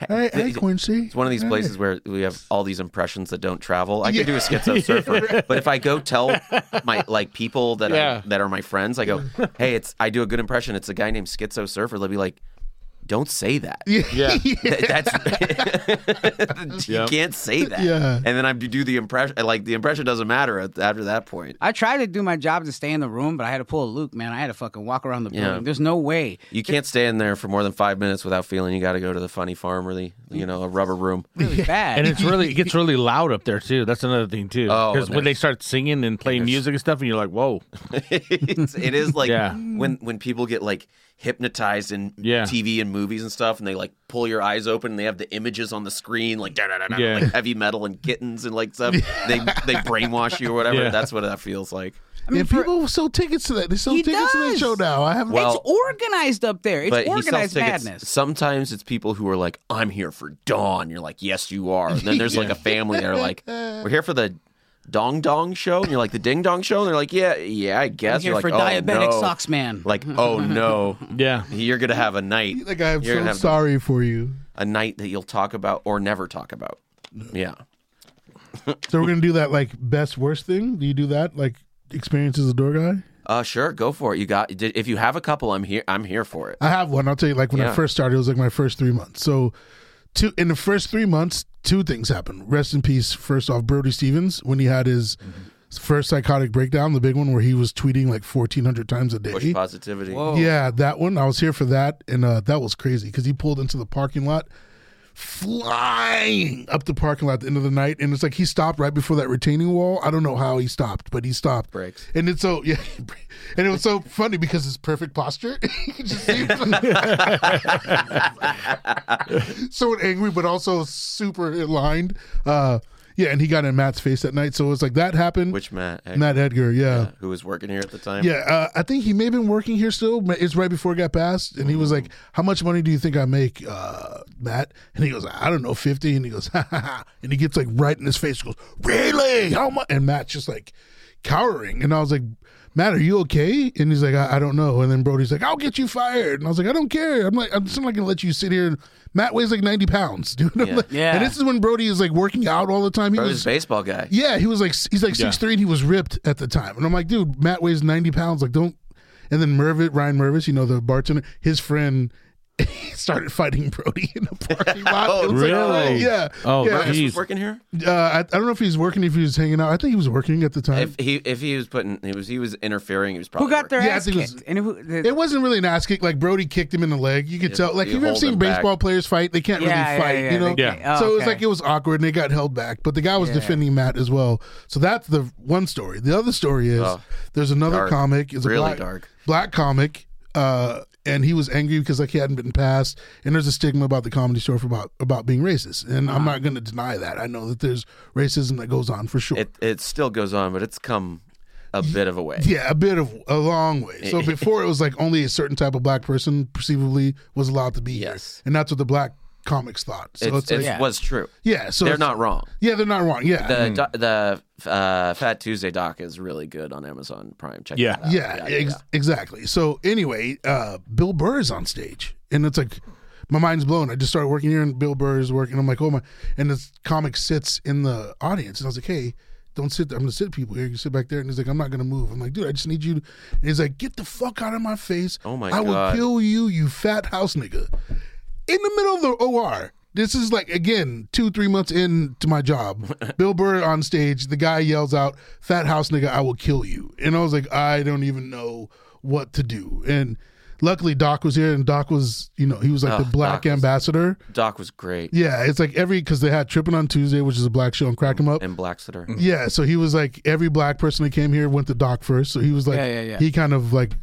Hey, hey Quincy.
It's one of these places where we have all these impressions that don't travel. I could do a
<laughs>
schizo surfer, but if I go tell my like people that
Yeah.
I, that are my friends, I go,
<laughs>
"Hey, it's I do a good impression. It's a guy named Schizo Surfer." They'll be like, "Don't say that. <laughs>
Yeah.
Th-
<laughs>
that's <laughs> you
Yep.
can't say that."
Yeah.
And then I do the impression. Like the impression doesn't matter at- after that point.
I tried to do my job to stay in the room, but I had to pull a Luke, man. I had to fucking walk around the
Yeah.
building. There's no way.
You can't stay in there for more than five minutes without feeling you got to go to the funny farm or the you know a rubber room. <laughs>
Really bad.
And it's really
<laughs>
it gets really loud up there too. That's another thing too.
Oh,
Because when
there's-
they start singing and playing music and stuff, and you're like, "Whoa,
it's, it is like
Yeah.
when when people get like hypnotized in
Yeah.
TV and movies and stuff, and they like pull your eyes open and they have the images on the screen like da da da
Yeah.
da, like heavy metal and kittens and like stuff. They they brainwash you or whatever.
Yeah.
That's what that feels like.
I mean,
yeah,
for-
people sell tickets to that. They sell
He
tickets to that
does.
show now. I have
Well,
it's organized up there. It's
but he sells
organized
tickets.
madness.
Sometimes it's people who are like, "I'm here for Dawn." You're like, "Yes, you are." And then
<laughs>
there's like a family that are like, "We're here for the." Dong Dong show, and you're like the Ding Dong show, and they're like, yeah, yeah, I guess.
I'm here
you're
for
like, oh,
diabetic
no.
socks, man. <laughs>
Like, oh no,
yeah,
you're gonna have a night.
like I'm
You're gonna
so
have to-
sorry for you.
a night that you'll talk about or never talk about.
Mm-hmm.
Yeah.
So we're gonna do that like best worst thing. Do you do that like experience as a door guy?
Uh, sure, go for it. You got did- if you have a couple, I'm here. I'm here for
Uh,
it.
I have one. I'll tell you. Like when I
Yeah.
first started, it was like my first three months. So, two in the first three months, two things happened. Rest in peace. First off, Brody Stevens when he had his
Mm-hmm.
first psychotic breakdown, the big one where he was tweeting like fourteen hundred times a day.
Push positivity.
Whoa.
Yeah, that one. I was here for that, and uh, that was crazy because he pulled into the parking lot, flying up the parking lot at the end of the night, and it's like he stopped right before that retaining wall. I don't know how he stopped, but he stopped.
Brakes.
And it's so <laughs> yeah, and it was so funny because his perfect posture. <laughs> You could just see it. <laughs> so angry, but also super aligned. Uh, yeah, and he got in Matt's face that night, so it was like that happened.
Which Matt, Egg-
Matt Edgar, yeah.
who was working here at the time?
Yeah, uh, I think he may have been working here still. Ma- It's right before it got passed, and he
Mm.
was like, "How much money do you think I make, uh, Matt?" And he goes, "I don't know, 50 And he goes, <laughs> "Ha ha ha!" And he gets like right in his face. Goes, "Really? How much?" And Matt's just like cowering, and I was like. Matt, are you okay? And he's like, I, I don't know. And then Brody's like, I'll get you fired. And I was like, I don't care. I'm like, I'm just not gonna let you sit here. And Matt weighs like 90 pounds, <laughs> dude. I'm
Yeah.
like-
Yeah.
And this is when Brody is like working out all the time. He
Bro, this
was
baseball guy.
yeah, he was like he's like
Yeah.
six three, and he was ripped at the time. And I'm like, dude, Matt weighs ninety pounds. Like, don't. And then Mervitt, Ryan Mervis, you know the bartender, his friend <laughs> started fighting Brody in the parking lot.
Oh,
It was like-
really?
yeah.
Oh,
yeah.
Marcus
Jeez.
was working here.
Uh, I, I don't know if he was working, if he was hanging out. I think he was working at the time.
If he if he was putting he was he was interfering. He was probably
Who got their
Yeah, I
ass
think it
kicked?
was-
and who, the,
it wasn't really an ass kick. Like Brody kicked him in the leg. You could tell. Like
you
have you ever
hold
seen
him back.
baseball players fight? They can't
Yeah, yeah,
really fight.
yeah,
you know.
they
can't-
Yeah. oh,
so it was
okay.
like it was awkward, and they got held back. But the guy was defending Matt as well. So that's the one story. The other story is
Oh.
there's another
Dark.
comic. It's
Really
a black,
dark.
black comic. Uh, and he was angry because like he hadn't been passed, and there's a stigma about the comedy store for about about being racist, and I'm
Ah.
not going to deny that. I know that there's racism that goes on for sure.
it. It still goes on, but it's come a
<laughs>
bit of a way.
Yeah, a bit of a long way.
<laughs>
So before it was like only a certain type of black person perceivably was allowed to be
Yes.
here, and that's what the black comics thought. So
It's,
it's,
it
like, yeah. Mm.
was true.
so
They're
it's-
not wrong.
Yeah, they're not wrong. Yeah,
The do- the uh, Fat Tuesday doc is really good on Amazon Prime. Check
Yeah.
that out.
yeah, ex- exactly. So anyway, uh, Bill Burr is on stage, and it's like my mind's blown. I just started working here, and Bill Burr is working. I'm like, oh my! And this comic sits in the audience, and I was like, hey. Don't sit there. I'm gonna sit people here. You sit back there, and he's like, "I'm not gonna move." I'm like, "Dude, I just need you." To... And he's like, "Get the fuck out of my face!
Oh my
I will
God.
kill you, you fat house nigga!" in the middle of the OR. This is like again two three months into my job. Bill Burr on stage, the guy yells out, "Fat house nigga, I will kill you!" And I was like, I don't even know what to do. And luckily, Doc was here, and Doc was, you know, he was like the black
Doc was-
ambassador.
Doc was great.
Yeah, it's like every because they had Trippin' on Tuesday, which is a black show, and Crack 'Em Up.
And Blackseter.
Yeah, so he was like every black person that came here went to Doc first. So he was like,
Yeah, yeah, yeah.
he kind of like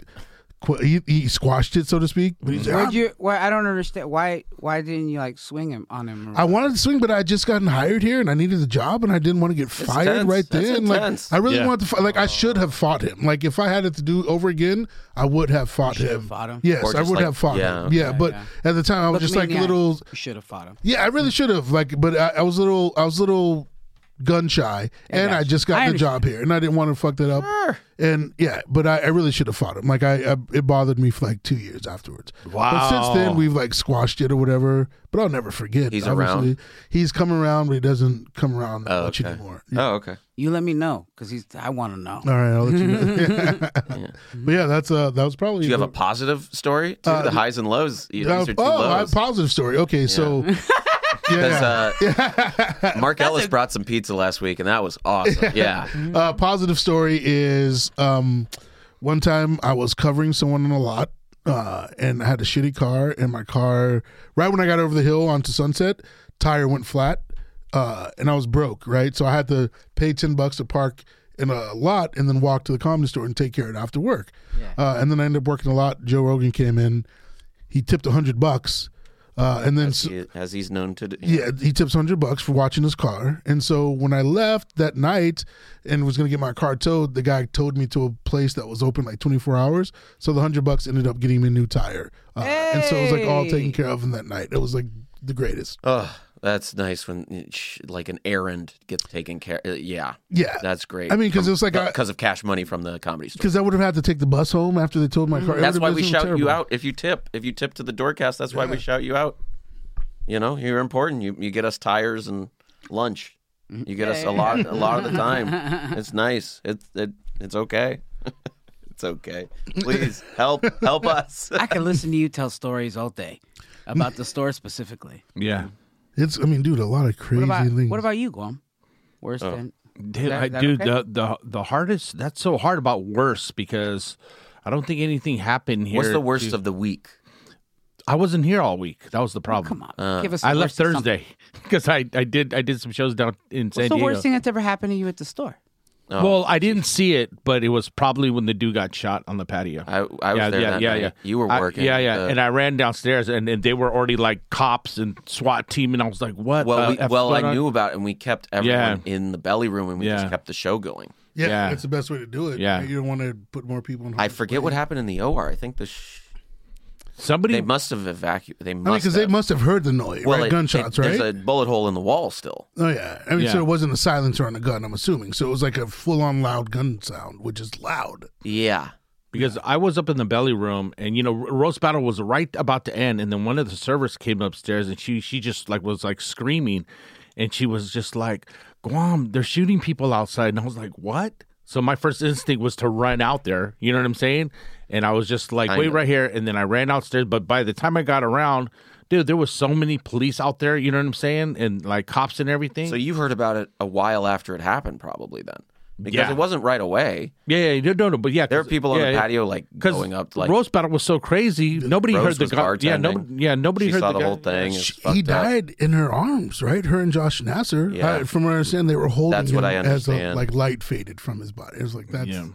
qu- he, he squashed it, so to speak. But he's like, "I'm
where'd you, why, I don't understand. Why Why didn't you like swing him on him?
Mm-hmm.
I wanted to swing, but I had just gotten hired here and I needed a job and I didn't want to get fired
intense.
right
That's
then. Like
intense.
I really
Yeah.
wanted to fight. Like I should have fought him. Like if I had it to do over again, I would have fought
should
him.
have fought him?
Yes,
Or
I
just
would
like-
have fought
yeah,
him.
okay.
Yeah, but
Yeah,
at the time I was
Look
just
me
like
in the eye.
little. Hmm.
You should have fought him.
Yeah, I really should have. Like, but I, I was little. I was little gun shy, and I
gotcha.
just got
I
the job here, and I didn't want to fuck that up. And yeah, but I, I really should have fought him. Like I, I, it bothered me for like two years afterwards. But since
Wow.
then, we've like squashed it or whatever. But I'll never forget.
He's
obviously.
around?
He's come around, but he doesn't come around that
Oh,
much
okay.
anymore.
Oh, okay.
You let me know because he's. I want to know.
All right, I'll let you know. But <laughs> yeah, that's uh, that was probably.
Do you have
the-
a positive story? Too? the highs and lows. You know,
Uh,
these are two
oh, I-
lows.
positive story. Okay, so yeah,
Because
<laughs> yeah. <laughs>
uh, Mark Ellis brought some pizza last week, and that was
<laughs>
awesome. Yeah.
Uh, positive story is um, one time I was covering someone in a lot, uh, and I had a shitty car, and my car right when I got over the hill onto Sunset, tire went flat, uh, and I was broke, right? So I had to pay ten bucks to park in a lot, and then walk to the comedy store and take care of it after work. Uh, and then I ended up working a lot. Joe Rogan came in, he tipped a hundred bucks. Uh, and then s-
He- as he's known to do.
yeah, he tips hundred bucks for watching his car. And so when I left that night and was gonna get my car towed, the guy towed me to a place that was open like twenty four hours. So the hundred bucks ended up getting me a new tire. Uh, And so it was like all taken care of in that night. It was like the greatest.
Oh, that's nice when sh- like an errand gets taken care. uh, Yeah.
Yeah.
That's great.
I mean, 'cause it's like I-
because of cash money from the comedy store.
Because I would have had to take the bus home after they towed my car. It
That's
would've
why
been
we
so
shout you
terrible.
out if you tip. If you tip to the doorcast, that's why we shout you out. You know, you're important. You you get us tires and lunch. You get us a lot a lot of the time. It's nice. It's it, it's okay. <laughs> it's okay. Please help help us.
I could listen to you tell stories all day about the store specifically.
Yeah.
It's I mean, dude, a lot of <laughs> crazy
What about
things.
what about you, Guam? Worst
Oh.
than
Dude,
that-
I,
that
dude
okay?
the, the the hardest that's so hard about worse because I don't think anything happened here.
What's the worst
Dude,
of the week?
I wasn't here all week. That was the problem.
Oh, come on,
Uh,
give us.
I
the
left
worst of something.
Thursday <laughs> because I, I did I did some shows down in San
What's the
Diego.
worst thing that's ever happened to you at the store?
Oh,
well, I didn't see it, but it was probably when the dude got shot on the patio.
I I was there that night. You were
I-
working.
yeah, yeah.
Uh,
and I ran downstairs, and, and they were already like cops and SWAT team, and I was like, "What?
well,
the
we,
F
well,
going
I
on?
knew about, it and we kept everyone in the belly room, and we
Yeah.
just kept the show going.
Yeah,
Yeah.
that's the best way to do it.
Yeah.
You don't want to put more people in
I forget what happened in the OR. I think the sh-
somebody."
they must have evacuated. They must
I mean, because they
have.
must have heard the noise, right?
it-
Gunshots,
it-
right?
There's a bullet hole in the wall still.
Oh yeah, I mean,
Yeah.
so it wasn't a silencer on a gun. I'm assuming, so it was like a full-on loud gun sound, which is loud.
Yeah.
because I was up in the belly room, and you know, R- roast battle was right about to end, and then one of the servers came upstairs, and she she just like was like screaming, and she was just like, "Guam, they're shooting people outside," and I was like, "What?" So my first instinct was to run out there, you know what I'm saying? And I was just like, "Wait
Kinda.
right here," and then I ran downstairs. But by the time I got around, dude, there was so many police out there, you know what I'm saying, and like cops and everything.
So you heard about it a while after it happened, probably then, because
Yeah.
it wasn't right away.
yeah, yeah, no, no, no, but yeah,
There were people on
yeah,
the
yeah.
patio like
Because
going up, like
roast battle was so crazy, nobody
Rose
heard the
was
gun. Yeah, nobody.
bartending.
Yeah, nobody
she
heard
saw
the,
the,
gun.
whole thing. It's
She- he
fucked up.
died in her arms, right? Her and Josh Nasser.
Yeah.
I- from what I understand, they were holding
That's
him
what I
as the
understand.
like light faded from his body. It was like that's.
Yeah.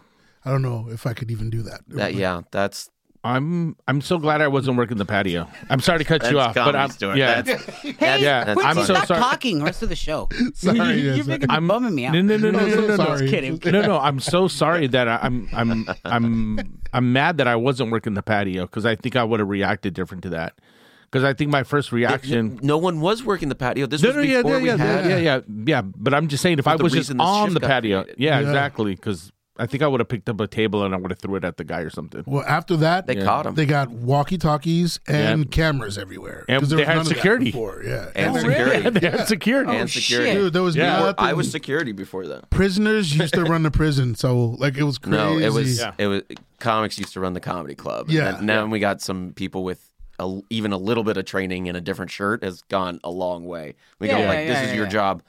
I don't know if I could even do that. <laughs>
That, <laughs> yeah, that's
I'm I'm so glad I wasn't working the patio. I'm sorry to cut you
That's
off, but
comedy
I'm
store.
yeah.
That's-
<laughs>
Hey,
yeah,
quit,
I'm
just
so
stop
sorry.
talking. Rest of the show.
Sorry, <laughs>
You're
<laughs>
yes.
making, I'm bumming me out.
no, no, no, no,
I'm
no,
so
<laughs>
no, no.
sorry.
Just kidding.
No, no, I'm so sorry that I, I'm I'm I'm I'm mad that I wasn't working the patio because I think I would have reacted different to that. Because I think my first reaction.
no one was working the patio. This
No,
was
no, yeah,
before
yeah,
we
yeah,
had.
yeah, yeah, yeah. But I'm just saying, if I
the
was just
reason this
on
shift
the
got
patio,
created.
yeah,
Yeah.
exactly. Because I think I would have picked up a table and I would have threw it at the guy or something.
Well, after that,
They caught him.
They got walkie talkies and
Yeah.
cameras everywhere.
And
'Cause there
they
was
had
none of that
security.
before, Yeah,
And
then-
security.
Yeah, <laughs> they had security.
And security.
shit.
Oh, Dude, there was
Yeah.
Or-
nothing.
I was security before then.
prisoners used to run the prison, so like it was crazy.
No, it was
Yeah.
it was comics used to run the comedy club.
Yeah.
and then, now we got some people with a, even a little bit of training and a different shirt has gone a long way. We go
Yeah,
like,
yeah,
this
yeah,
is
yeah,
your
yeah.
job.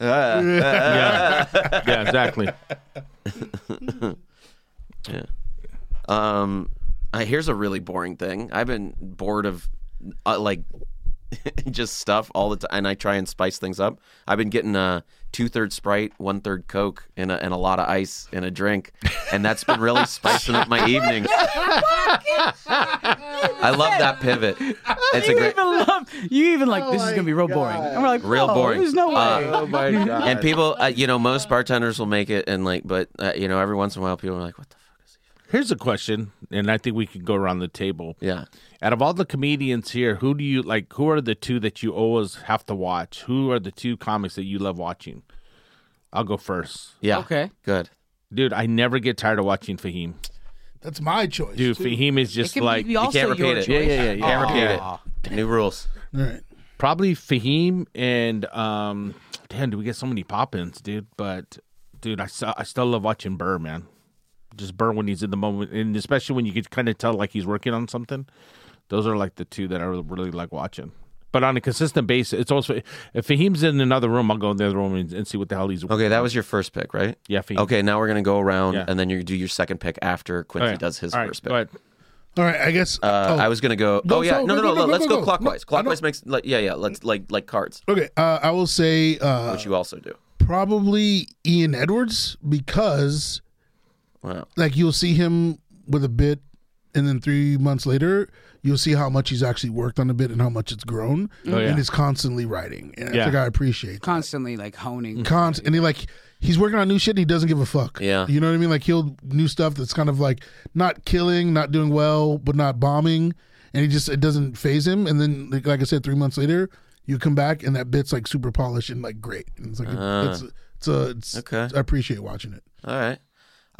yeah. yeah, exactly.
Um, uh, here's a really boring thing. I've been bored of uh, like <laughs> just stuff all the time, and I try and spice things up. I've been getting a two third Sprite, one third Coke, and a, and a lot of ice in a drink, and that's been really spicing up my evenings. I love that pivot. It's a
You
great.
even love. You even like
Oh
this is gonna be real boring. I'm like
Real
"Whoa,
boring.
There's no way.
Uh,
Oh my god.
And people, uh, you know, most bartenders will make it, and like, but uh, you know, every once in a while, people are like, "What the fuck is
Here's a question, and I think we could go around the table.
he?" Yeah,
Out of all the comedians here, who do you like? Who are the two that you always have to watch? Who are the two comics that you love watching? I'll go first.
Yeah.
Okay.
Good.
Dude, I never get tired of watching Fahim.
That's my choice.
Dude, Fahim is
It
just
can
like
be also
can't repeat
your
it.
choice.
Yeah, yeah, yeah, yeah.
Can't repeat
Aw.
it. New rules.
All right.
probably Fahim and um damn, do we get so many pop-ins, dude? But dude, I saw, I still love watching Burr, man. Just Burr when he's in the moment, and especially when you could kind of tell like he's working on something. Those are like the two that I really like watching. But on a consistent basis, it's also if Fahim's in another room, I'll go in the other room and, and see what the hell he's.
Okay, that was your first pick, right?
Yeah, Fahim.
Okay, now we're gonna go around
Yeah.
and then you do your second pick after Quincy
All right.
does his
All right,
first
go
pick.
ahead.
All right. I guess.
Uh,
oh,
I was gonna go.
Go,
oh yeah,
go,
no, no,
go,
no.
go, go,
let's
go,
go,
go.
clockwise.
No, I don't-
clockwise makes like, yeah, yeah. Let's like like cards,
okay. Uh, I will say uh,
which you also do.
probably Ian Edwards because
Wow.
like you'll see him with a bit, and then three months later you'll see how much he's actually worked on a bit and how much it's grown,
Oh, yeah.
and he's constantly writing. And I
Yeah.
think I appreciate that.
Constantly like honing.
Const- and he like he's working on new shit and he doesn't give a fuck.
Yeah.
You know what I mean? Like he'll new stuff that's kind of like not killing, not doing well, but not bombing. And he just it doesn't phase him. And then like, like I said, three months later, you come back and that bit's like super polished and like great. And it's like it's it's a it's,
Uh-huh. Okay.
I appreciate watching it.
All right.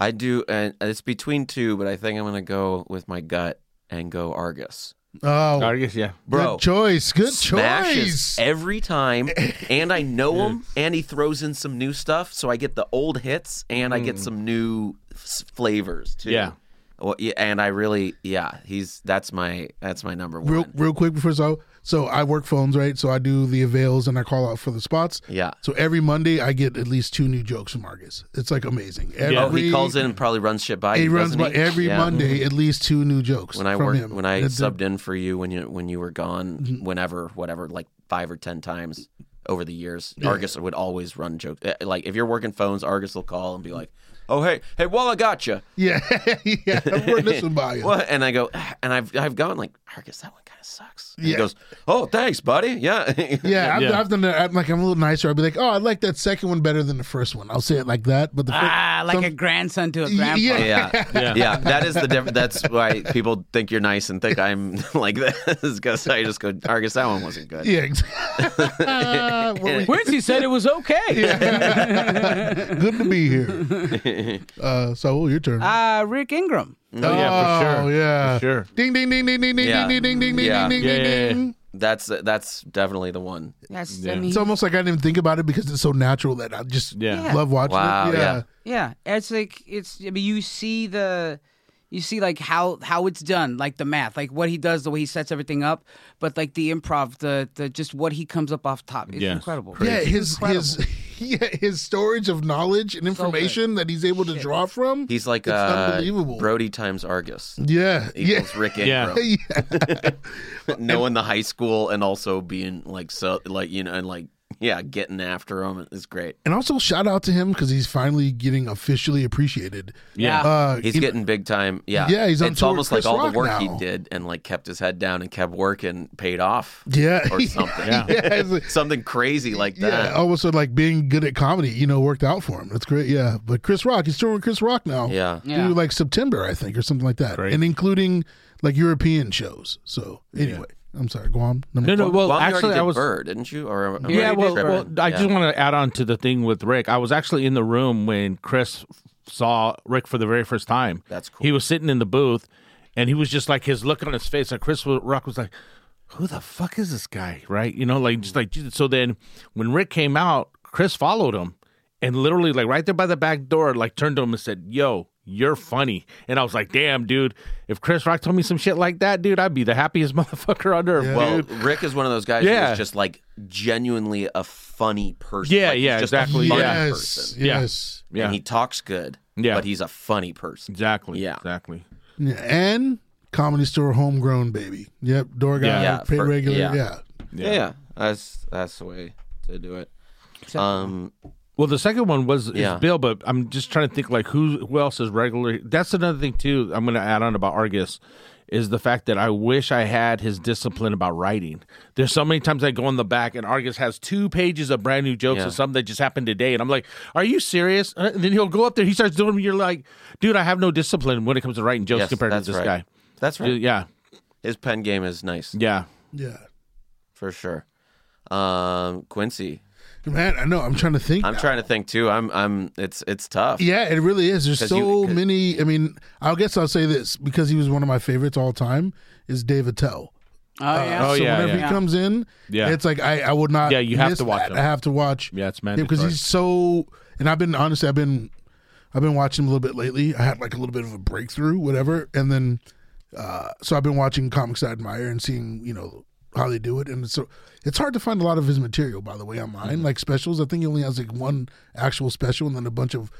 I do, and it's between two, but I think I'm gonna go with my gut and go Argus,
Oh
I guess yeah.
bro.
good choice. Good
Smashes
choice.
every
<laughs>
time, and I know him, and he throws in some new stuff, so I get the old hits, and I
Mm.
get some new s- flavors too.
Yeah.
Well, yeah, and I really, yeah, he's that's my that's my number one.
Real real quick before so so I work phones, right? So I do the avails and I call out for the spots.
Yeah.
So every Monday I get at least two new jokes from Argus. It's like amazing. Every,
Oh, he calls in and probably runs shit by.
He
you,
runs by
doesn't he?
every
Yeah. Mm-hmm.
Monday at least two new jokes
When I
from
worked,
him. Mm-hmm.
when I
That's it.
subbed in for you when you when you were gone, whenever, whatever, like five or ten times over the years, Argus would always run jokes. Uh, Like if you're working phones, Argus will call and be
Mm-hmm.
like, "Oh hey, hey, well I got you."
<laughs> yeah, <laughs> yeah, I'm working this one by you.
Well, and I go, <sighs> "Ah," and I've I've gone like Argus, that one kind of sucks. And He
Yeah.
goes, "Oh, thanks, buddy. Yeah,
Yeah, I've,
Yeah.
I've done that. I'm like, I'm a little nicer. I'd be like, oh, I like that second one better than the first one. I'll say it like that, but the first,
Ah, like
some-
a grandson to a
Y-
grandpa.
yeah.
<laughs> yeah, yeah,
Yeah.
That is the diff- that's why people think you're nice and think I'm <laughs> like this because I just go, Argus, that one wasn't good.
<laughs> yeah, exactly. What we-
Quincy said it was okay.
<laughs>
<laughs>
good to be here.
<laughs>
Uh, so your turn.
Ah,
Uh, Rick Ingram.
Oh yeah, for
Oh
sure.
yeah,
For sure.
Ding ding ding ding ding ding
Yeah.
ding ding ding ding
Yeah.
ding ding
Yeah,
ding
yeah, yeah.
ding.
That's that's definitely the one.
Yes,
Yeah.
I mean,
It's almost like I didn't even think about it because it's so natural that I just
Yeah.
Yeah.
love watching
Wow,
it.
yeah.
yeah, it's like it's. I mean, you see the, you see like how how it's done, like the math, like what he does, the way he sets everything up, but like the improv, the the just what he comes up off top is
Yes.
incredible.
Yeah,
It's
his
incredible.
his <laughs> yeah, his storage of knowledge and
good.
information that he's able to draw from.
He's like
It's
uh,
unbelievable.
Brody times Argus
yeah,
<laughs>
yeah.
equals Rick
Yeah.
Ingram.
<laughs> yeah, <laughs>
Knowing the high school and also being like so like you know and like yeah getting after him is great.
and also shout out to him because he's finally getting officially appreciated.
Yeah.
Uh,
He's
you-
getting big time. Yeah,
Yeah, he's on
It's
tour with
almost
Chris
like all
Rock
the work he
now.
did and like kept his head down and kept working paid <laughs> off
<laughs> yeah,
or something.
yeah, it's like-
Something crazy like
yeah.
that.
Also, like being good at comedy, you know, worked out for him. That's great. Yeah, but Chris Rock, he's touring with Chris Rock now.
Yeah.
Yeah.
through like September, I think, or something like that,
Great.
and including like European shows. So anyway, I'm sorry, Guam. Number
No, no. Well,
Well, you
actually,
already did
I was.
Bird, didn't you? Or am I
Yeah, well,
tripping?
well, I
Yeah.
just want to add on to the thing with Rick. I was actually in the room when Chris saw Rick for the very first time.
That's cool.
He was sitting in the booth, and he was just like his look on his face. Like Chris Rock was like, "Who the fuck is this guy?" Right? You know, like just like
Mm-hmm.
so. Then when Rick came out, Chris followed him, and literally like right there by the back door, like turned to him and said, "Yo." You're funny, and I was like, "Damn, dude! If Chris Rock told me some shit like that, dude, I'd be the happiest <laughs> motherfucker on earth."
Well,
dude.
Rick is one of those guys
Yeah.
who's just like genuinely a funny person.
Yeah,
Like, he's
yeah,
just a
exactly,
funny
yeah.
yes,
person.
Yeah.
yes,
yeah,
And he talks good.
Yeah.
But he's a funny person.
exactly,
Yeah.
exactly.
Yeah, and comedy store homegrown baby. Yep, door guy,
Yeah,
paid
for-
regular.
yeah.
Yeah.
Yeah. That's that's the way to do it. Um
Well, the second one was is
Yeah.
Bill, but I'm just trying to think like who who else is regular. That's another thing too. I'm going to add on about Argus is the fact that I wish I had his discipline about writing. There's so many times I go in the back and Argus has two pages of brand new jokes
Yeah.
and something that just happened today, and I'm like, "Are you serious?" Uh, And then he'll go up there, he starts doing. them, You're like, "Dude, I have no discipline when it comes to writing jokes
yes,
compared to
that's
this
right.
guy."
That's right.
Yeah,
His pen game is nice
yeah.
yeah.
for sure. Um Quincy.
Man, I know. I'm trying to think.
I'm trying to think too. I'm I'm it's it's tough.
yeah, it really is. There's
'Cause
so
you- 'cause-
many. I mean, I guess I'll say this because he was one of my favorites all time is Dave Attell.
Oh yeah.
Oh,
so
yeah,
whenever
yeah.
he comes in,
Yeah.
it's like I, I would not.
Yeah, you have
miss
to watch
that.
him.
I have to watch.
Yeah, it's
Yeah, because
mandatory.
he's so. And I've been honestly, I've been, I've been watching him a little bit lately. I had like a little bit of a breakthrough, whatever, and then, uh, so I've been watching comics I admire and seeing you know how they do it, and so it's hard to find a lot of his material by the way online,
Mm-hmm.
like specials. I think he only has like one actual special, and then a bunch of.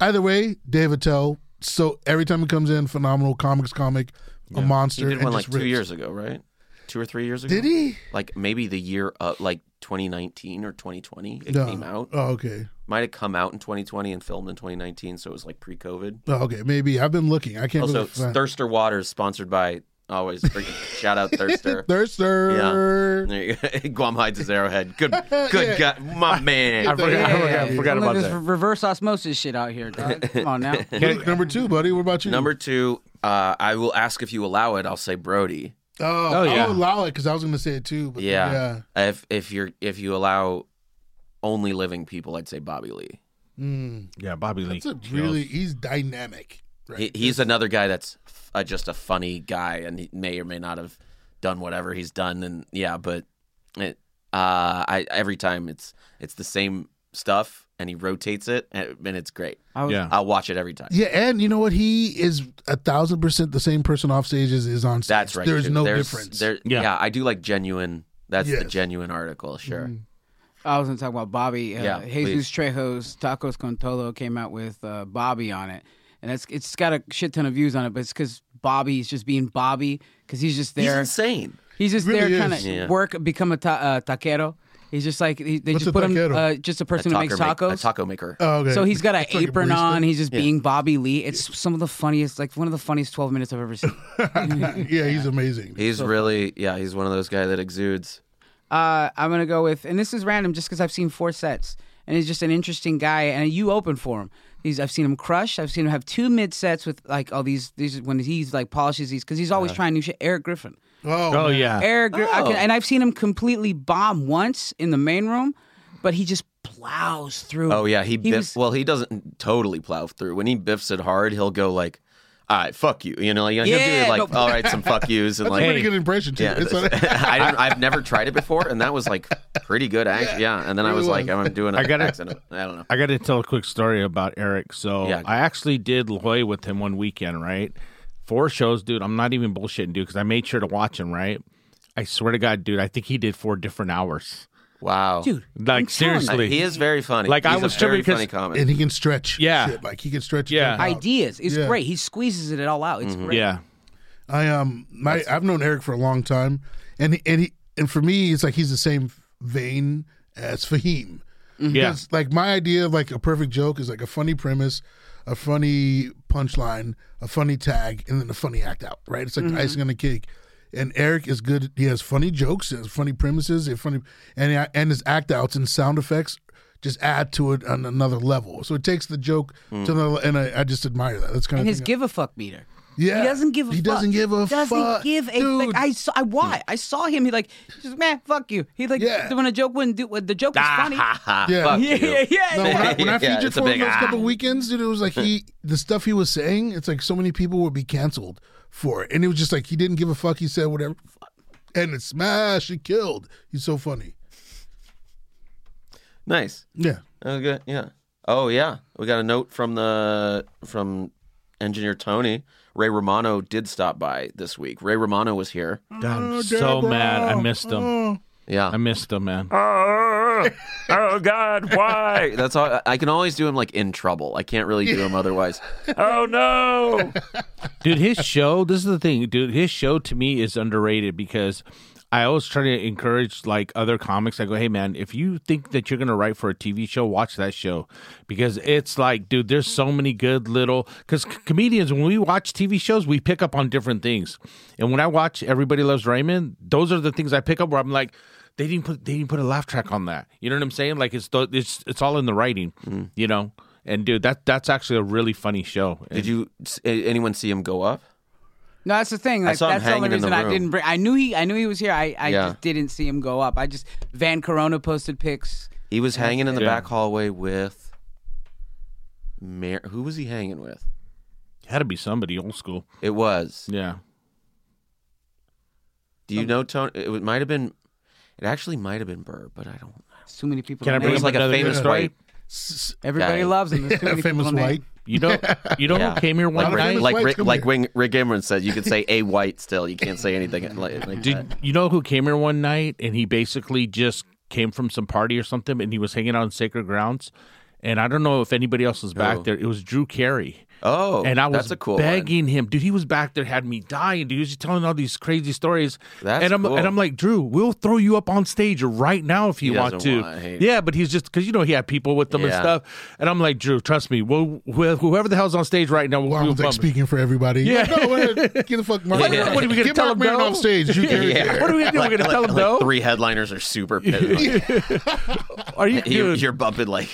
Either way, Dave Attell. So every time he comes in, phenomenal comics comic, a monster.
He did
and
one like
just
two
rips.
years ago, right? Two or three years ago.
Did he?
Like maybe the year of like 2019 or 2020. It came out.
Oh, okay.
Might have come out in 2020 and filmed in 2019, so it was like pre-COVID.
Oh, okay. Maybe I've been looking. I can't.
Also,
really find-
Thirster Waters sponsored by always freaking shout out Thirster.
<laughs>
<laughs>
Thirster.
There you go. Guam hides his arrowhead.
<laughs>
Good, good guy, my man.
I forgot, <laughs> I forgot,
Oh, Yeah.
forgot
Look
about
at this
that.
reverse osmosis shit out here, dog. Come on now.
Who- number two, buddy. What about you?
Number two, uh, I will ask if you allow it. I'll say Brody.
Oh,
Oh, yeah.
I'll allow it because I was going to say it too. But
Yeah. If if you're if you allow only living people, I'd say Bobby Lee.
yeah. Mm.
Yeah, Bobby Lee.
That's a
kills.
really. He's dynamic. Right.
He, he's another guy that's f- uh, just a funny guy, and he may or may not have done whatever he's done. And yeah, but it, uh, I every time it's it's the same stuff, and he rotates it, and, and it's great.
I was,
<laughs> Yeah.
I'll watch it every time.
yeah, and you know what? He is a thousand percent the same person off stage as is on stage.
That's right.
There's
too.
no difference.
There,
Yeah.
yeah. I do like genuine. That's the
Yes. Mm-hmm.
genuine article. Sure.
I was gonna talk about Bobby. Uh,
Yeah,
Jesus Trejo's Tacos con Tolo came out with uh, Bobby on it, and it's it's got a shit ton of views on it, but it's because Bobby's just being Bobby because he's just
He's
there.
insane.
He's just
Really
there,
is.
kind of
Yeah.
work, become a ta- uh, taquero. He's just like he, they
What's
just
a
put him
taquero?
uh, just a person who
taco
makes
make-
tacos.
a taco maker.
Oh, okay.
So he's got an
It's like a
apron
barista.
on. He's just being Bobby Lee. It's some of the funniest, like one of the funniest twelve minutes I've ever seen.
<laughs> yeah, he's amazing.
he's really yeah. He's one of those guys that exudes.
Uh, I'm gonna go with, and this is random, just because I've seen four sets, and he's just an interesting guy. And you open for him. He's, I've seen him crush. I've seen him have two mid sets with like all these. These when he's like polishes these because he's always trying new shit. Eric Griffin.
Oh
Oh,
yeah.
Eric, Gr- I can, and I've seen him completely bomb once in the main room, but he just plows through.
Oh yeah, he,
He
biffs.
was-
well, he doesn't totally plow through. When he biffs it hard, he'll go like, "All right, fuck you," you know, like, he'll
Yeah,
do like,
no-
"All right, some fuck yous," and
that's a
like,
pretty good impression too.
yeah.
It's
that's- <laughs>
like-
I didn't, I've never tried it before, and that was like pretty good. Act- yeah. and then I
really
was like,
was.
"I'm doing an
I gotta-
accent." I don't know.
I got to tell a quick story about Eric. So
Yeah.
I actually did La Jolla with him one weekend, right? Four shows, dude. I'm not even bullshitting, dude, because I made sure to watch him, right? I swear to God, dude, I think he did four different hours.
Wow,
dude!
Like,
I'm
I-
telling you,
seriously.
he is very funny.
Like, I
He's a
was tripping
very
'cause-
funny comic.
and he can stretch.
Yeah.
shit, like he can stretch.
Yeah.
it out.
ideas. It's
Yeah.
great. He squeezes it all out. It's great.
Yeah.
I um my I've known Eric for a long time, and he, and he and for me it's like he's the same vein as Fahim.
Yeah.
Because, like my idea of like a perfect joke is like a funny premise, a funny punchline, a funny tag, and then a funny act out. Right? It's like the icing on the cake. And Eric is good. He has funny jokes, he has funny premises, he has funny and he- and his act outs and sound effects just add to it on another level. So it takes the joke to another. And I, I just admire that. That's kind
And
of
his give a fuck meter.
yeah.
He doesn't give a
He
fuck.
doesn't give a
doesn't
fuck.
give a
Dude.
fuck. I saw I why? I saw him he like he's just man, fuck you. He like
Yeah.
when a joke wouldn't do when the joke
Ah,
<laughs>
was funny.
Ha ha.
Yeah.
Fuck
Yeah,
you.
yeah, yeah.
No, when I, when I
Yeah,
featured
it's a
for him
big
those
ah.
couple weekends, dude, it was like he,
<laughs>
the stuff he was saying, it's like so many people would be canceled for it. And it was just like he didn't give a fuck. He said whatever. And it smashed, it killed. He's so funny.
Nice.
<laughs> Yeah.
That was good. Yeah. Oh yeah. We got a note from the from engineer Tony. Ray Romano did stop by this week. Ray Romano was here.
God, I'm so
Deborah.
mad. I missed him.
Yeah.
I missed him, man.
oh God,
<laughs>
why? That's all. I can always do him like in trouble. I can't really do him otherwise. oh no.
dude his show this is the thing dude his show to me is underrated because i always try to encourage like other comics i go hey man if you think that you're gonna write for a tv show watch that show because it's like dude there's so many good little because comedians when we watch tv shows we pick up on different things and when i watch everybody loves raymond those are the things i pick up where i'm like they didn't put they didn't put a laugh track on that you know what i'm saying like it's th- it's it's all in the writing you know and dude that that's actually a really funny show And-
Did you s- a- anyone see him go up?
No, that's the thing. Like,
saw him
that's the only
hanging in the
reason I
room.
didn't bring I knew he I knew he was here. I, I
Yeah.
just didn't see him go up. I just Van Corona posted pics.
He was hanging in the
Yeah.
back hallway with. Mar- Who was he hanging with?
Had to be somebody old school.
It was.
Yeah.
Do you know Tony? It was- might have been. It actually might have been Burr, but I don't.
Too many people.
Can
to
I
It
name.
bring
was
up
like a
another good
famous
story?
white.
Everybody
guy.
loves
<laughs>
him. There's too many
famous
people to name.
white.
You know, you
<laughs>
know who came here one
like Rick-
night?
famous
like
whites
Rick,
come
like
here.
Ring, Rick Imran said, you can say a white still. You can't say anything like, like that.
Did you know who came here one night and he basically just came from some party or something and he was hanging out on sacred grounds? And I don't know if anybody else was back
Who?
there. It was Drew Carey.
Oh,
and I was
that's a cool one.
begging him, dude. He was back there, had me dying, dude. He was just telling all these crazy stories.
That's
and I'm
cool.
and I'm like, Drew, we'll throw you up on stage right now if you want
doesn't
to.
want- he-
yeah, but he's just because you know he had people with them and
Yeah.
stuff. And I'm like, Drew, trust me. Well, wh- whoever the hell's on stage right now, we'll,
Well, I
we'll
was like
bump him.
speaking for everybody.
Yeah.
Like, no, what- get the fuck Mark.
What- what
are we gonna
get
tell
Mark
him,
Maron
no?
off stage.
<laughs>
You carry
Yeah.
it.
What are we gonna do?
Like,
We're gonna
like-
tell him
like
no?
three headliners are
<laughs>
super pissed. Like,
Are you?
you,
Dude,
you're bumping like,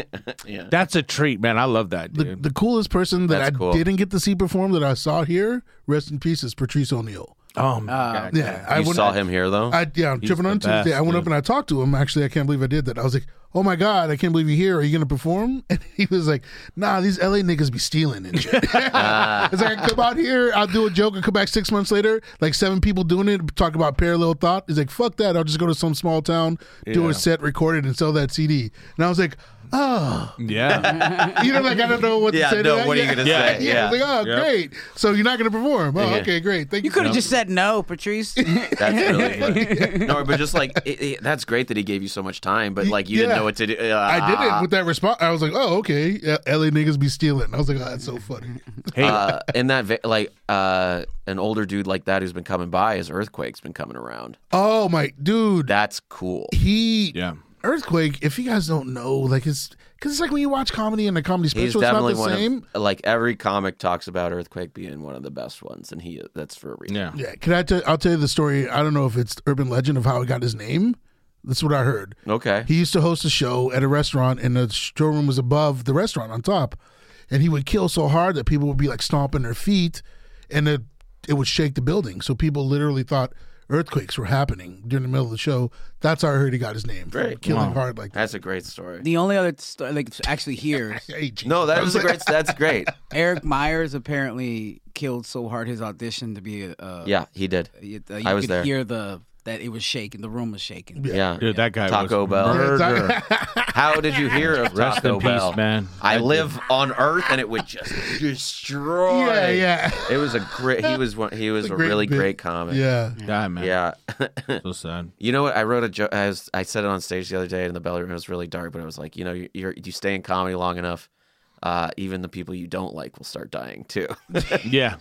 <laughs> yeah.
that's a treat, man. I love that,
The,
dude.
the coolest person that
That's
I
cool.
didn't get to see perform that I saw here, rest in peace, is Patrice O'Neill.
oh
uh,
my god.
Yeah, I
you
wouldn't-
saw him here though.
I yeah, I'm tripping
the
on
best,
Tuesday. I went
dude.
up and I talked to him. Actually, I can't believe I did that. I was like, "Oh my god, I can't believe you're here. Are you gonna perform?" <laughs> And he was like, "Nah, these LA niggas be stealing and shit." <laughs> it's like
Ah.
I come out here, I'll do a joke, and come back six months later, like seven people doing it, talk about parallel thought. He's like, "Fuck that! I'll just go to some small town, do
Yeah.
a set, record it, and sell that CD." And I was like, "Oh,
Yeah.
<laughs> you know, like I don't know what
Yeah,
to
no,
say." to that.
what are you
Yeah.
gonna
Yeah.
say?
<laughs> Yeah, I was like, "Oh,
Yeah.
great! So you're not gonna perform? Oh,
Yeah.
okay, great. Thank you."
You could have just said
<laughs>
no, Patrice.
That's really funny. no, but just like it, it- that's great that he gave you so much time, but like you
Yeah.
didn't know what to do. Uh,
I did it with that response. I was like, "Oh, okay, yeah, LA niggas be stealing." I was like, "Oh, that's so
Mm.
funny."
hey,
Uh, in that ve- like uh, an older dude like that who's been coming by, his earthquake's been coming around.
oh my dude,
That's cool.
he
yeah.
earthquake. If you guys don't know, like it's because it's like when you watch comedy and a comedy
He's
special, it's not
definitely
the
one
same.
of like every comic talks about earthquake being one of the best ones, and he that's for a reason.
Yeah.
yeah, can I? Tell, I'll tell you the story. I don't know if it's urban legend of how he got his name. That's what I heard.
Okay.
He used to host a show at a restaurant, and the showroom was above the restaurant on top. And he would kill so hard that people would be like stomping their feet, and it, it would shake the building. So people literally thought earthquakes were happening during the middle of the show. That's how I heard he got his name. from
Great.
Killing hard like that.
that's a great
<laughs>
story.
the only other story, like actually here,
Hey, Jesus.
No, that was a great. That's
<laughs>
great.
Eric Myers apparently killed so hard his audition to be a. a
Yeah, he did.
you, uh, you
I was
could
there.
hear the that it was shaking. The room was shaking.
<laughs> Yeah.
Dude, that guy
Taco
was
Bell.
murder.
How did you hear of
Rest in
Taco
peace,
Bell,
man.
I
That
live on Earth, and it would just destroy.
Yeah, yeah.
It was a great. He was one. He was
It's
a,
a great
really
bit.
great comic.
<laughs> Yeah.
Die, man.
Yeah. <laughs>
So sad.
you know what? I wrote a joke. I, was- I said it on stage the other day in the belly room. It was really dark, but I was like, you know, you- you're, you stay in comedy long enough, uh, even the people you don't like will start dying
<laughs>
too. <laughs>
Yeah.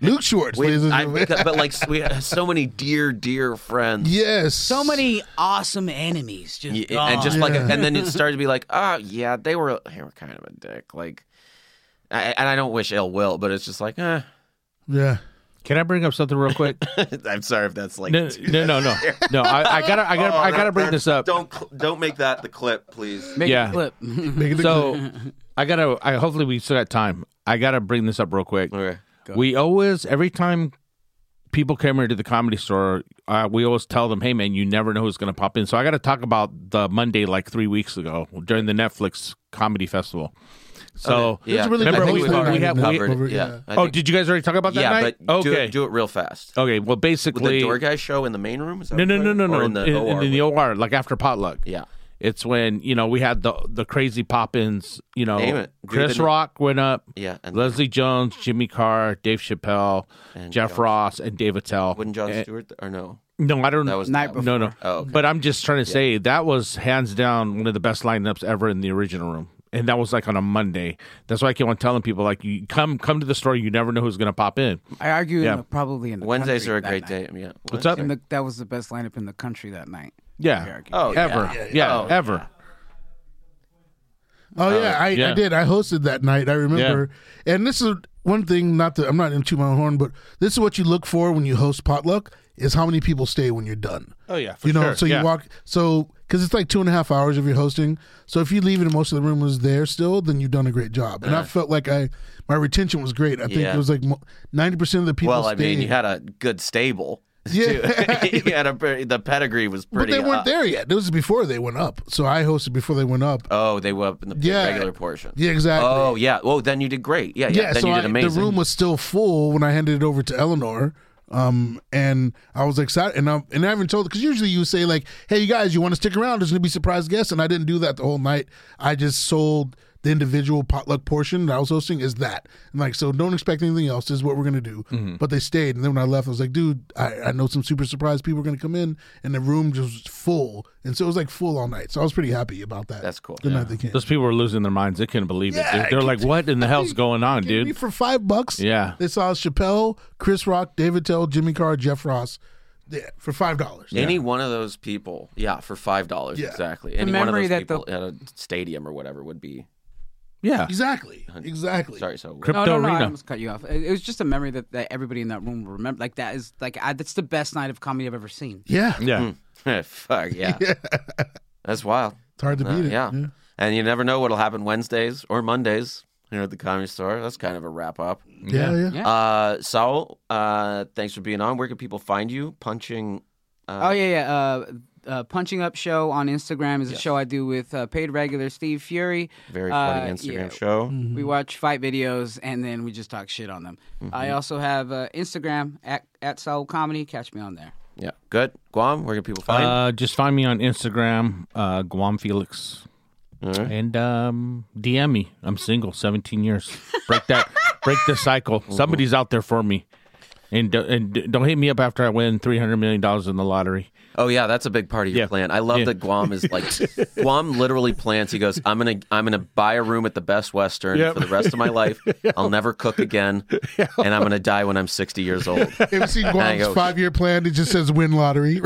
Luke Schwartz,
We-
ladies and
I-
<laughs> gentlemen.
but like, we had so many dear, dear friends.
Yes.
So many awesome enemies. Just
Yeah,
gone.
and just like,
Yeah.
and then
<laughs>
it started to be like, oh yeah, they were they were kind of a dick. Like, I, and I don't wish ill will, but it's just like, eh. <laughs>
Yeah.
Can I bring up something real quick?
I'm sorry if that's <laughs> like,
No, no, no, no. No, I, I gotta, I gotta,
Oh,
I gotta
that-
bring
that-
this up.
Don't cl- don't make that the clip, please.
Make
yeah.
a clip. <laughs>
Make it a-
So, I gotta. I hopefully we still got time. I gotta bring this up real quick.
Okay.
We always, every time people come here to the comedy store, uh, we always tell them, "Hey, man, you never know who's going to pop in." So I got to talk about the Monday like three weeks ago during the Netflix comedy festival. So
Yeah,
It's really
I think
broad
we
thing.
covered-
We have-
covered it,
we-
yeah. I
oh,
think-
did you guys already talk about that
yeah,
night?
but do
okay,
it, do it real fast.
okay. Well,
With the
basically,
door guy show in the main room? Is that
no,
what
no,
you're
no, no,
talking
no,
about? Or
in,
in the OR?
in the
room?
OR, like after potluck.
yeah.
It's when you know we had the the crazy pop-ins. You know,
Name it. Do
Chris
the-
Rock went up.
Yeah, and-
Leslie Jones, Jimmy Carr, Dave Chappelle,
And
Jeff
Josh-
Ross, and Dave Attell.
Wasn't John
Eh,
Stewart th- or no?
No, I don't.
That was
Night
that-
no, no.
Oh, okay.
But I'm just trying to say that was hands down one of the best lineups ever in the original room, and that was like on a Monday. That's why I keep on telling people like, you come come to the store, you never know who's gonna pop in.
I argue in
Yeah.
the, probably in the
Wednesdays
country
are a
that
great
night.
day. Yeah.
What's up?
In the, that was the best lineup in the country that night. I
Yeah,
argue.
Oh, yeah.
ever, yeah,
Oh,
ever.
Oh yeah, I,
yeah.
I did. I hosted that night. I remember. And this is one thing. Not to I'm not into my own horn, but this is what you look for when you host potluck is how many people stay when you're done.
Oh, yeah, for
you know.
sure,
So you
yeah.
walk. So because it's like two and a half hours if you're hosting. So if you leave and most of the room was there still, then you've done a great job. And I felt like I my retention was great. I think
Yeah.
it was like ninety percent of the people.
Well, I
stayed.
mean, you had a good stable.
Yeah.
too. he had a pre- the pedigree was
but
pretty. uh,
they weren't
up.
there yet. This was before they went up. So I hosted before they went up.
Oh, they were up in the
Yeah.
regular portion.
Yeah, exactly.
Oh yeah. Oh, then you did great. Yeah, yeah.
yeah,
then
so
you
I-
did amazing.
the room was still full when I handed it over to Eleanor. Um, and I was excited, and I and I haven't told because usually you say like, "Hey, you guys, you want to stick around? There's gonna be surprise guests," and I didn't do that the whole night. I just sold the individual potluck portion that I was hosting is that, and like, so don't expect anything else. This is what we're gonna do.
Mm-hmm.
But they stayed, and then when I left, I was like, "Dude, I, I know some super surprise people are gonna come in," and the room just was full, and so it was like full all night. So I was pretty happy about that.
That's cool.
The night they came.
Those people were losing their minds. They couldn't believe
Yeah,
it. Dude. They're
I
like,
could-
"What in the hell's
Hey,
going on,
kidding me?
dude?"
for five bucks.
Yeah.
They saw Chappelle, Chris Rock, David Tell, Jimmy Carr, Jeff Ross yeah, for five dollars.
Any one of those people, yeah, for five dollars
Yeah.
exactly. Any one of
memory
those
that the-
people at a stadium or whatever would be.
Yeah,
Exactly. Exactly.
Sorry, so
crypto
no, no, no, I
arena.
almost cut you off. It, it was just a memory that, that everybody in that room remembered. Like that is like I, that's the best night of comedy I've ever seen.
Yeah.
yeah,
fuck <laughs> yeah. That's wild.
It's hard to
Uh,
beat it.
yeah. and you never know what'll happen Wednesdays or Mondays here at the Comedy Store. That's kind of a wrap up.
Yeah. Yeah.
Yeah.
Uh, Saul, uh, thanks for being on. Where can people find you? Punching.
Oh yeah, yeah. Uh, uh, Punching Up Show on Instagram is a show I do with uh, paid regular Steve Fury.
Very
Uh,
funny Instagram
yeah. Mm.
show.
We watch fight videos and then we just talk shit on them. I also have uh, Instagram at at Soul Comedy. Catch me on there.
Yeah, good. Guam, where can people find?
Uh, just find me on Instagram, uh, Guam Felix, and um, DM me. I'm single, 17 years. Break that, break the <laughs> cycle. Somebody's out there for me, and do, and d- don't hit me up after I win 300 million dollars in the lottery.
oh yeah, that's a big part of your
Yeah.
plan. I love
Yeah.
that Guam is
<laughs>
like Guam literally plans. He goes, I'm gonna I'm gonna buy a room at the Best Western
Yep.
for the rest of my
<laughs>
life. I'll never cook again, and I'm gonna die when I'm 60 years old.
<laughs>
Have you seen
I
Guam's
go-
five year plan? It just says win lottery.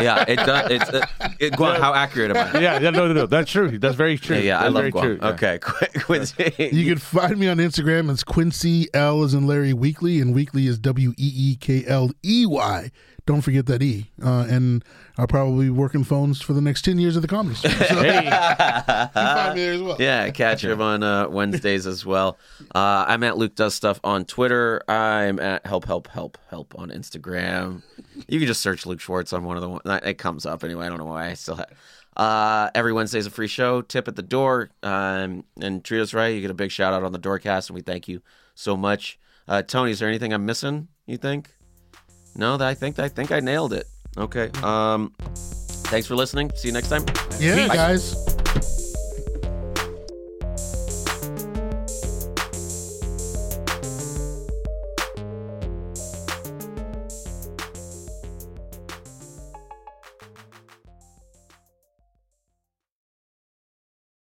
Yeah, it does. It's uh, it, Guam. How accurate am I?
Yeah, yeah, no, no, no. That's true. That's very true.
Yeah, yeah I
That's
love
very
Guam.
true. Yeah.
Okay, <laughs> Qu-
<laughs>
Quincy.
You can find me on Instagram. It's Quincy L is in Larry Weekly, and Weekly is W E E K L E Y. Don't forget that E. Uh, and I'll probably be working phones for the next ten years of the comedy. Store. <laughs> So you
Hey,
can find me there as well.
Yeah, catch him on uh, Wednesdays as well. Uh, I'm at Luke Does Stuff on Twitter. I'm at Help Help Help Help on Instagram. You can just search Luke Schwartz on one of the one. It comes up anyway. I don't know why I still have. Uh, every Wednesday's a free show. Tip at the door um, and treat us right. You get a big shout out on the doorcast, and we thank you so much. Uh, Tony, is there anything I'm missing? You think? No, that I think I think I nailed it. Okay. Um, thanks for listening. See you next time.
Yeah,
Bye.
guys.